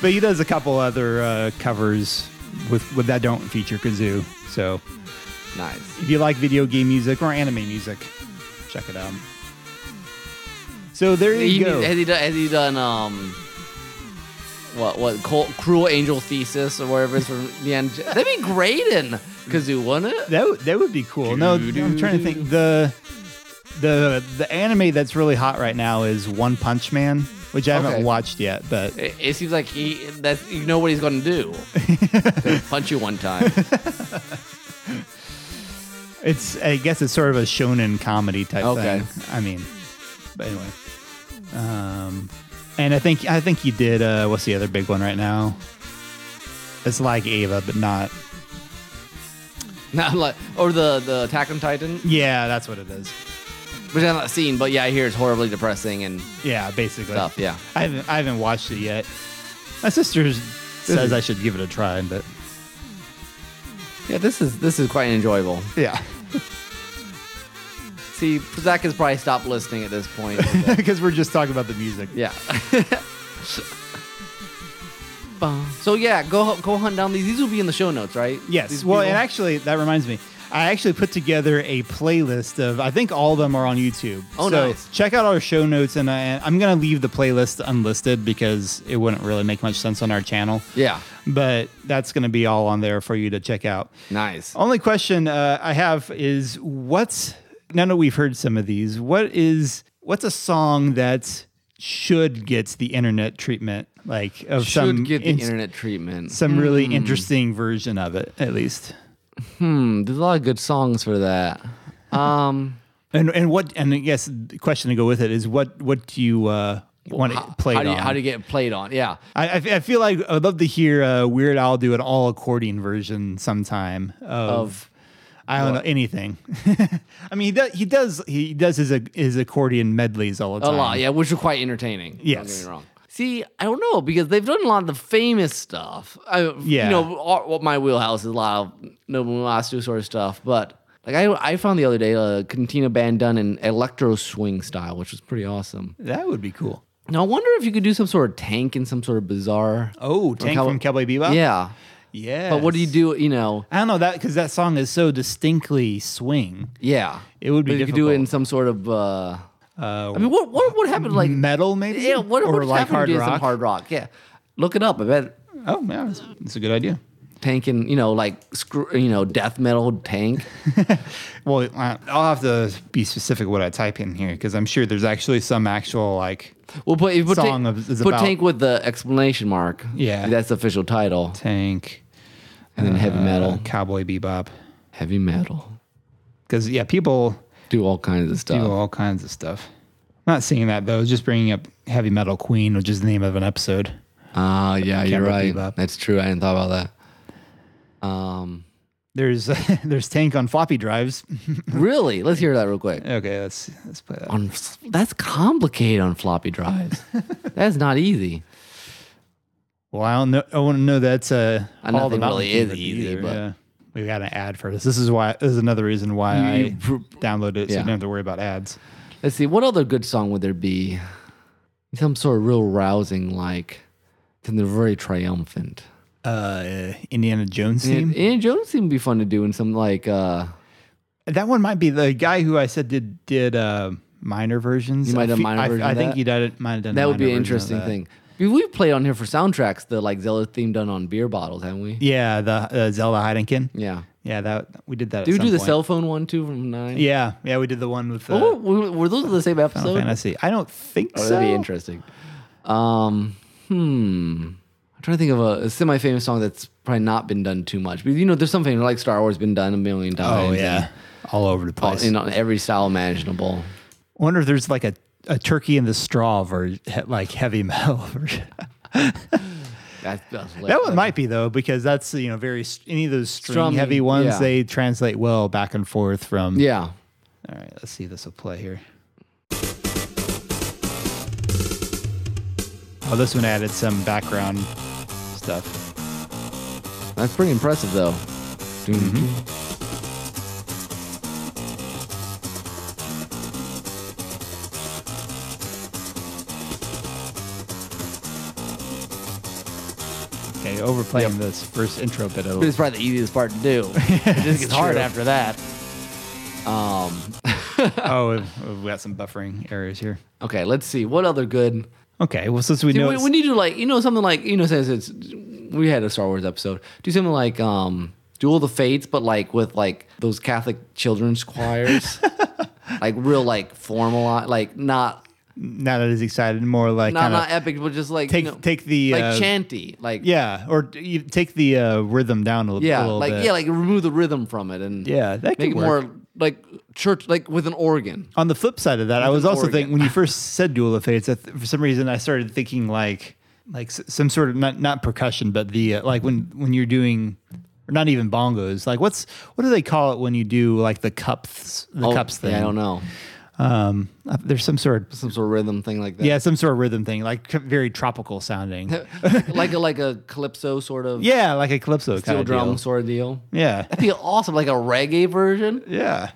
[SPEAKER 2] But he does a couple other uh, covers with, with that don't feature kazoo. So
[SPEAKER 1] nice.
[SPEAKER 2] if you like video game music or anime music, check it out. So there you
[SPEAKER 1] He-
[SPEAKER 2] go.
[SPEAKER 1] Has he done? Has he done? Um, what what Col- cruel angel thesis or whatever it's from the end. That'd be great in kazoo, wouldn't it?
[SPEAKER 2] That would- that would be cool. No, I'm trying to think the the the anime that's really hot right now is One Punch Man, which I
[SPEAKER 1] Okay.
[SPEAKER 2] haven't watched yet, but
[SPEAKER 1] It, it seems like he that you know what he's gonna do. He'll punch you one time.
[SPEAKER 2] it's I guess it's sort of a shonen comedy type
[SPEAKER 1] Okay.
[SPEAKER 2] thing. I mean, but anyway. Um, and I think I think you did. Uh, what's the other big one right now? It's like Ava, but not.
[SPEAKER 1] Not like or the the Attack on Titan,
[SPEAKER 2] Yeah, that's what it is.
[SPEAKER 1] which I've not seen, but yeah, I hear it's horribly depressing and
[SPEAKER 2] Yeah, basically.
[SPEAKER 1] stuff. Yeah,
[SPEAKER 2] I haven't I haven't watched it yet. My sister says I should give it a try, but
[SPEAKER 1] yeah. This is this is quite enjoyable.
[SPEAKER 2] yeah,
[SPEAKER 1] See, Zach has probably stopped listening at this point.
[SPEAKER 2] because we're just talking about the music.
[SPEAKER 1] yeah. so yeah, go go hunt down these. These will be in the show notes, right?
[SPEAKER 2] Yes.
[SPEAKER 1] These
[SPEAKER 2] Well,
[SPEAKER 1] people?
[SPEAKER 2] and actually, that reminds me. I actually put together a playlist of. I think all of them are on YouTube.
[SPEAKER 1] Oh,
[SPEAKER 2] so
[SPEAKER 1] nice.
[SPEAKER 2] Check out our show notes, and, I, I'm gonna leave the playlist unlisted because it wouldn't really make much sense on our channel.
[SPEAKER 1] yeah,
[SPEAKER 2] But that's gonna be all on there for you to check out.
[SPEAKER 1] nice.
[SPEAKER 2] Only question uh, I have is what's now that we've heard some of these, what is what's a song that should get the internet treatment, like of
[SPEAKER 1] Should
[SPEAKER 2] some
[SPEAKER 1] get the
[SPEAKER 2] ins-
[SPEAKER 1] internet Hmm. treatment.
[SPEAKER 2] some really interesting version of it, at least.
[SPEAKER 1] Hmm, there's a lot of good songs for that. Um,
[SPEAKER 2] And and what and I guess the question to go with it is what what do you uh, want to play
[SPEAKER 1] how
[SPEAKER 2] on?
[SPEAKER 1] do you, how do you get it played on? Yeah,
[SPEAKER 2] I, I f- I feel like I'd love to hear uh, Weird Al do an all accordion version sometime of,
[SPEAKER 1] Of
[SPEAKER 2] I don't know anything. I mean, he does he does he does his ac- his accordion medleys all the
[SPEAKER 1] a
[SPEAKER 2] time.
[SPEAKER 1] lot. Yeah, which are quite entertaining. don't get
[SPEAKER 2] Um, Yes.
[SPEAKER 1] me wrong. See, I don't know because they've done a lot of the famous stuff. I,
[SPEAKER 2] Yeah.
[SPEAKER 1] you know all, what my wheelhouse is a lot of Nobu Uematsu sort of stuff. But like I, I found the other day a Cantina band done in electro swing style, which was pretty awesome.
[SPEAKER 2] That would be cool.
[SPEAKER 1] Now I wonder if you could do some sort of tank in some sort of bizarre.
[SPEAKER 2] Oh, Tank
[SPEAKER 1] Cowboy-
[SPEAKER 2] from Cowboy Bebop.
[SPEAKER 1] yeah,
[SPEAKER 2] yeah.
[SPEAKER 1] but what do you do? You know,
[SPEAKER 2] I don't know that because that song is so distinctly swing.
[SPEAKER 1] yeah,
[SPEAKER 2] It would be
[SPEAKER 1] But you could do it in
[SPEAKER 2] difficult.
[SPEAKER 1] some sort of. Uh,
[SPEAKER 2] Uh,
[SPEAKER 1] I mean, what what would happen like
[SPEAKER 2] metal, maybe.
[SPEAKER 1] Yeah, what
[SPEAKER 2] or
[SPEAKER 1] would
[SPEAKER 2] like
[SPEAKER 1] happen
[SPEAKER 2] hard
[SPEAKER 1] to
[SPEAKER 2] rock?
[SPEAKER 1] some hard rock? Yeah, look it up. I bet
[SPEAKER 2] oh, yeah, that's, that's a good idea.
[SPEAKER 1] tanking, you know, like screw, you know, death metal tank.
[SPEAKER 2] Well, I- I'll have to be specific what I type in here because I'm sure there's actually some actual like
[SPEAKER 1] We'll put, we'll put
[SPEAKER 2] Song
[SPEAKER 1] tank,
[SPEAKER 2] of- is
[SPEAKER 1] put
[SPEAKER 2] about-
[SPEAKER 1] tank with the exclamation mark.
[SPEAKER 2] Yeah.
[SPEAKER 1] that's the official title.
[SPEAKER 2] tank
[SPEAKER 1] And then heavy
[SPEAKER 2] uh,
[SPEAKER 1] metal,
[SPEAKER 2] cowboy bebop
[SPEAKER 1] heavy metal,
[SPEAKER 2] because yeah, people
[SPEAKER 1] do all kinds of
[SPEAKER 2] do
[SPEAKER 1] stuff.
[SPEAKER 2] all kinds of stuff. Not seeing that though. Just bringing up heavy metal queen, which is the name of an episode.
[SPEAKER 1] Ah, yeah, you're
[SPEAKER 2] Cowboy
[SPEAKER 1] right.
[SPEAKER 2] Bebop.
[SPEAKER 1] That's true. I hadn't thought about that. Um,
[SPEAKER 2] There's there's tank on floppy drives.
[SPEAKER 1] really? Let's hear that real quick.
[SPEAKER 2] okay, let's let's play that.
[SPEAKER 1] On that's complicated on floppy drives. that's not easy.
[SPEAKER 2] Well, I don't know. I want to know that's uh,
[SPEAKER 1] I know
[SPEAKER 2] all the
[SPEAKER 1] it really
[SPEAKER 2] Mountain
[SPEAKER 1] is
[SPEAKER 2] Dew
[SPEAKER 1] easy,
[SPEAKER 2] either,
[SPEAKER 1] but-
[SPEAKER 2] yeah. we got an ad for this. This is why. This is another reason why I downloaded it, so
[SPEAKER 1] Yeah.
[SPEAKER 2] you don't have to worry about ads.
[SPEAKER 1] Let's see, what other good song would there be? Some sort of real rousing, like, and they're very triumphant.
[SPEAKER 2] Uh, Indiana Jones theme.
[SPEAKER 1] And, and Jones seemed to be fun to do in some, like, uh,
[SPEAKER 2] That one might be the guy who I said did did uh, minor versions.
[SPEAKER 1] You might have
[SPEAKER 2] I fe-
[SPEAKER 1] minor
[SPEAKER 2] I,
[SPEAKER 1] version
[SPEAKER 2] I
[SPEAKER 1] of
[SPEAKER 2] think
[SPEAKER 1] that.
[SPEAKER 2] he did it. Might have done. a
[SPEAKER 1] that would be
[SPEAKER 2] minor
[SPEAKER 1] an
[SPEAKER 2] version
[SPEAKER 1] interesting
[SPEAKER 2] of that.
[SPEAKER 1] thing. I mean, We've played on here for soundtracks, the, like, Zelda theme done on beer bottles, haven't we?
[SPEAKER 2] Yeah, the uh, Zelda Heidenkin.
[SPEAKER 1] Yeah.
[SPEAKER 2] Yeah, that we did that.
[SPEAKER 1] Did
[SPEAKER 2] at
[SPEAKER 1] we
[SPEAKER 2] some
[SPEAKER 1] do the
[SPEAKER 2] point.
[SPEAKER 1] cell phone one, too, from 9?
[SPEAKER 2] Yeah, yeah, we did the one with the
[SPEAKER 1] Oh, were, were those the same
[SPEAKER 2] Final
[SPEAKER 1] episode?
[SPEAKER 2] Fantasy. I don't think
[SPEAKER 1] Oh,
[SPEAKER 2] so.
[SPEAKER 1] that'd be interesting. Um, hmm. I'm trying to think of a, a semi-famous song that's probably not been done too much. But, you know, there's something like Star Wars been done a million times.
[SPEAKER 2] Oh
[SPEAKER 1] and-
[SPEAKER 2] yeah, all over the
[SPEAKER 1] all-
[SPEAKER 2] place.
[SPEAKER 1] in on every style imaginable.
[SPEAKER 2] I wonder if there's like a, a turkey in the straw version, like heavy metal version.
[SPEAKER 1] That's, that's lit.
[SPEAKER 2] That one might be though, because that's you know very st- any of those string
[SPEAKER 1] Strumming,
[SPEAKER 2] heavy ones
[SPEAKER 1] yeah.
[SPEAKER 2] they translate well back and forth from.
[SPEAKER 1] Yeah.
[SPEAKER 2] All right, let's see if this will play here. Oh, this one added some background stuff.
[SPEAKER 1] That's pretty impressive though.
[SPEAKER 2] Mm-hmm. Okay, overplaying this first intro bit.
[SPEAKER 1] But
[SPEAKER 2] It'll,
[SPEAKER 1] it's probably the easiest part to do. It just gets hard
[SPEAKER 2] true.
[SPEAKER 1] after that. Um,
[SPEAKER 2] oh, we've, we've got some buffering errors here.
[SPEAKER 1] okay, let's see. What other good
[SPEAKER 2] Okay, well, since we
[SPEAKER 1] See,
[SPEAKER 2] know,
[SPEAKER 1] when,
[SPEAKER 2] it's-
[SPEAKER 1] when you do like you know something like you know says it's we had a Star Wars episode. Do something like um Duel of the Fates, but like with like those Catholic children's choirs, like real like formal, like not
[SPEAKER 2] not as excited, more like
[SPEAKER 1] not
[SPEAKER 2] kind
[SPEAKER 1] not
[SPEAKER 2] of
[SPEAKER 1] epic, but just like
[SPEAKER 2] take
[SPEAKER 1] you know,
[SPEAKER 2] take the
[SPEAKER 1] like
[SPEAKER 2] uh,
[SPEAKER 1] chanty, like
[SPEAKER 2] yeah, or d- you take the uh, rhythm down a, l-
[SPEAKER 1] yeah,
[SPEAKER 2] a little
[SPEAKER 1] like
[SPEAKER 2] bit.
[SPEAKER 1] yeah, like remove the rhythm from it and
[SPEAKER 2] Yeah, that could
[SPEAKER 1] make it
[SPEAKER 2] work.
[SPEAKER 1] more like church, like with an organ.
[SPEAKER 2] On the flip side of that, I was
[SPEAKER 1] an
[SPEAKER 2] also
[SPEAKER 1] organ.
[SPEAKER 2] thinking when you first said Duel of Fates, I th- for some reason I started thinking like like s- some sort of not not percussion, but the uh, like when when you're doing or not even bongos, like what's what do they call it when you do like the cups the
[SPEAKER 1] Oh,
[SPEAKER 2] cups thing?
[SPEAKER 1] Yeah, I don't know
[SPEAKER 2] Um, uh, there's some sort of
[SPEAKER 1] some sort of rhythm thing like that.
[SPEAKER 2] yeah, some sort of rhythm thing, like c- very tropical sounding.
[SPEAKER 1] like a like a calypso sort of
[SPEAKER 2] yeah, like a calypso kind
[SPEAKER 1] steel
[SPEAKER 2] of
[SPEAKER 1] drum
[SPEAKER 2] deal.
[SPEAKER 1] sort of deal.
[SPEAKER 2] Yeah,
[SPEAKER 1] That'd be awesome, like a reggae version.
[SPEAKER 2] yeah,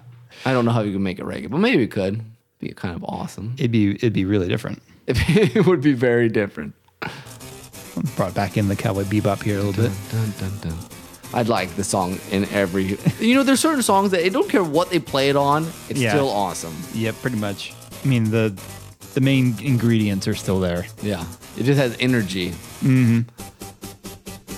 [SPEAKER 1] I don't know how you could make it reggae, but maybe we could. Be kind of awesome.
[SPEAKER 2] it'd be it'd be really different.
[SPEAKER 1] It would be very different.
[SPEAKER 2] Brought back in the cowboy bebop here a little bit.
[SPEAKER 1] Dun, dun, dun. I'd like the song in every. You know, there's certain songs that it don't care what they play it on, it's
[SPEAKER 2] Yeah.
[SPEAKER 1] still awesome.
[SPEAKER 2] Yeah, pretty much. I mean the the main ingredients are still there.
[SPEAKER 1] Yeah, it just has energy. Mm-hmm.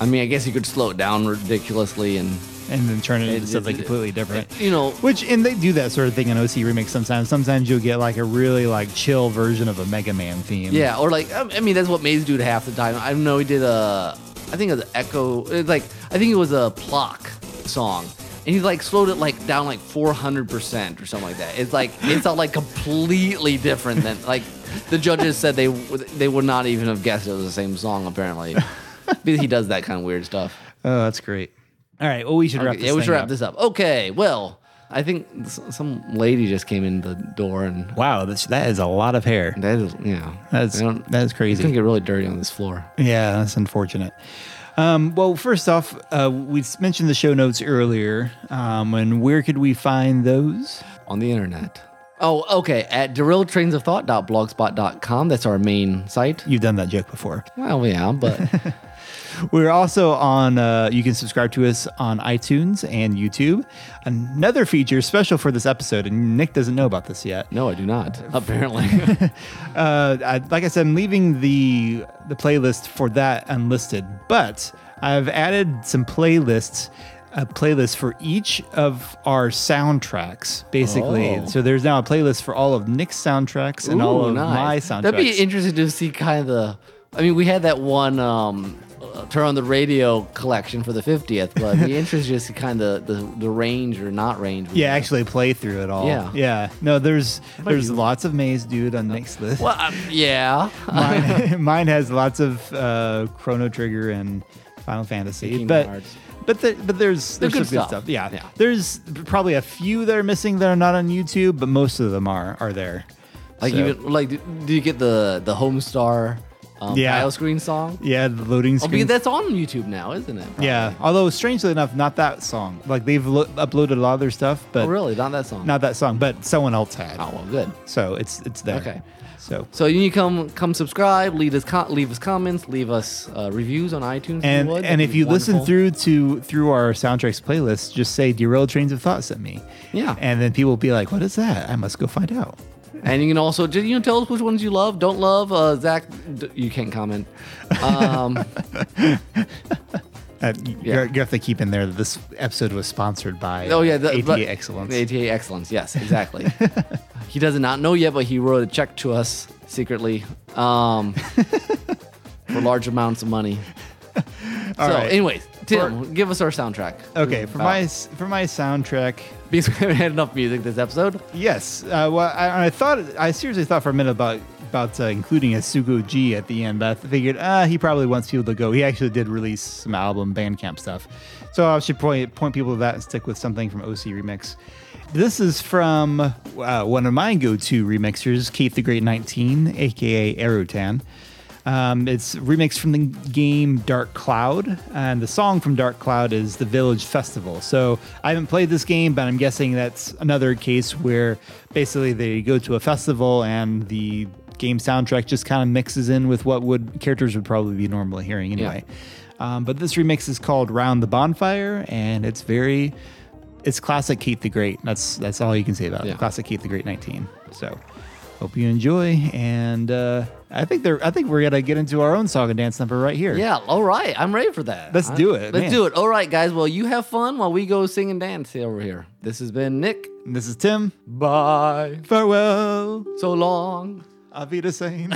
[SPEAKER 1] I mean, I guess you could slow it down ridiculously, and
[SPEAKER 2] and then turn it into
[SPEAKER 1] It-
[SPEAKER 2] something
[SPEAKER 1] it-
[SPEAKER 2] completely different.
[SPEAKER 1] you know,
[SPEAKER 2] Which and they do that sort of thing in OC remix sometimes. Sometimes you'll get like a really like chill version of a Mega Man theme.
[SPEAKER 1] yeah, or like I I mean, that's what Maze do half the time. I know he did a, I think it was Echo. It's like I think it was a Plock song, and he like slowed it like down like four hundred percent or something like that. It's like it's all like completely different than like the judges said they would- they would not even have guessed it was the same song apparently. Because he does that kind of weird stuff.
[SPEAKER 2] Oh, that's great. All right. Well, we should wrap.
[SPEAKER 1] Okay,
[SPEAKER 2] This
[SPEAKER 1] yeah, we
[SPEAKER 2] thing
[SPEAKER 1] should wrap
[SPEAKER 2] up.
[SPEAKER 1] this up. Okay, well, I think s- some lady just came in the door, and
[SPEAKER 2] Wow, this, that is a lot of hair.
[SPEAKER 1] that is, yeah,
[SPEAKER 2] That's
[SPEAKER 1] I don't-
[SPEAKER 2] that is
[SPEAKER 1] It's gonna
[SPEAKER 2] crazy.
[SPEAKER 1] get really dirty on this floor.
[SPEAKER 2] Yeah, that's unfortunate. Um, well, first off, uh, we s- mentioned the show notes earlier. Um, and where could we find those?
[SPEAKER 1] on the internet. Oh, okay. At derilltrainsofthought.blogspot.com. That's our main site.
[SPEAKER 2] You've done that joke before.
[SPEAKER 1] Well, yeah, but
[SPEAKER 2] We're also on, uh, you can subscribe to us on iTunes and YouTube. Another feature special for this episode, and Nick doesn't know about this yet.
[SPEAKER 1] no, I do not. Apparently,
[SPEAKER 2] Uh, I, like I said, I'm leaving the, the playlist for that unlisted, but I've added some playlists. A playlist for each of our soundtracks, basically.
[SPEAKER 1] Oh.
[SPEAKER 2] So there's now a playlist for all of Nick's soundtracks and
[SPEAKER 1] Ooh,
[SPEAKER 2] all of
[SPEAKER 1] nice.
[SPEAKER 2] my soundtracks.
[SPEAKER 1] That'd be interesting to see kind of the. I mean, we had that one um, uh, turn on the radio collection for the 50th, but it'd be interesting to see kind of the, the, the range or not range. we
[SPEAKER 2] yeah,
[SPEAKER 1] have.
[SPEAKER 2] actually play through it all.
[SPEAKER 1] Yeah.
[SPEAKER 2] yeah. No, there's there's lots of Maze Dude on Nick's list.
[SPEAKER 1] Well, um, yeah. Uh,
[SPEAKER 2] mine, mine has lots of uh, Chrono Trigger and Final Fantasy,
[SPEAKER 1] Kingdom
[SPEAKER 2] but
[SPEAKER 1] Hearts.
[SPEAKER 2] but the, but there's
[SPEAKER 1] They're
[SPEAKER 2] there's
[SPEAKER 1] good
[SPEAKER 2] some
[SPEAKER 1] stuff.
[SPEAKER 2] good stuff. Yeah.
[SPEAKER 1] Yeah.
[SPEAKER 2] there's probably a few that are missing that are not on YouTube, but most of them are are there.
[SPEAKER 1] Like,
[SPEAKER 2] So-
[SPEAKER 1] even, like, do do you get the the Homestar um,
[SPEAKER 2] Yeah.
[SPEAKER 1] tile screen song?
[SPEAKER 2] yeah, the loading
[SPEAKER 1] Oh, because
[SPEAKER 2] screen.
[SPEAKER 1] that's on YouTube now, isn't it? Oh,
[SPEAKER 2] yeah, although strangely enough, not that song. Like they've lo- uploaded a lot of their stuff, but
[SPEAKER 1] Oh, really? Not that song.
[SPEAKER 2] not that song. But someone else had.
[SPEAKER 1] Oh well, good.
[SPEAKER 2] So it's it's there.
[SPEAKER 1] Okay.
[SPEAKER 2] So
[SPEAKER 1] So you need to come come subscribe, leave us co- leave us comments, leave us uh, reviews on iTunes. if
[SPEAKER 2] and
[SPEAKER 1] you would.
[SPEAKER 2] and
[SPEAKER 1] That'd
[SPEAKER 2] if
[SPEAKER 1] be
[SPEAKER 2] you listen
[SPEAKER 1] wonderful.
[SPEAKER 2] through to through our soundtracks playlist, just say derailed trains of thoughts at me.
[SPEAKER 1] Yeah.
[SPEAKER 2] and then people will be like, "What is that? I must go find out."
[SPEAKER 1] and you can also just you know tell us which ones you love, don't love. Uh, Zach, d- you can't comment. Um,
[SPEAKER 2] Uh, y-
[SPEAKER 1] Yeah.
[SPEAKER 2] you have to keep in there that this episode was sponsored by
[SPEAKER 1] oh yeah,
[SPEAKER 2] uh,
[SPEAKER 1] the,
[SPEAKER 2] ATA
[SPEAKER 1] but-
[SPEAKER 2] Excellence.
[SPEAKER 1] ATA excellence. Yes, exactly. he does not know yet, but he wrote a check to us secretly um, for large amounts of money.
[SPEAKER 2] All
[SPEAKER 1] so,
[SPEAKER 2] right.
[SPEAKER 1] anyways, Tim, give us our soundtrack.
[SPEAKER 2] Okay, for
[SPEAKER 1] Wow.
[SPEAKER 2] my s- for my soundtrack,
[SPEAKER 1] because we haven't had enough music this episode.
[SPEAKER 2] yes. Uh, well, I, I thought I seriously thought for a minute about about uh, including a Sugo G at the end, but I figured uh, he probably wants people to go. He actually did release some album Bandcamp stuff, so I should point point people to that and stick with something from OC Remix. This is from uh, one of my go-to remixers, Keith the Great 19, aka Aerotan. Um, it's remixed from the game Dark Cloud, and the song from Dark Cloud is the Village Festival. So I haven't played this game, but I'm guessing that's another case where basically they go to a festival and the game soundtrack just kind of mixes in with what would characters would probably be normally hearing anyway. Um, but this remix is called Round the Bonfire, and it's very it's classic Keith the Great. That's that's all you can say about
[SPEAKER 1] Yeah.
[SPEAKER 2] it. Classic Keith the Great 19. So Hope you enjoy, and uh, I think there. I think we're gonna get into our own song and dance number right here.
[SPEAKER 1] Yeah, all right. I'm ready for that.
[SPEAKER 2] Let's
[SPEAKER 1] I-
[SPEAKER 2] do it,
[SPEAKER 1] Let's
[SPEAKER 2] man.
[SPEAKER 1] do it. All right, guys. Well, you have fun while we go sing and dance here over here. This has been Nick.
[SPEAKER 2] This is Tim.
[SPEAKER 1] Bye.
[SPEAKER 2] Farewell.
[SPEAKER 1] So long.
[SPEAKER 2] Auf Wiedersehen.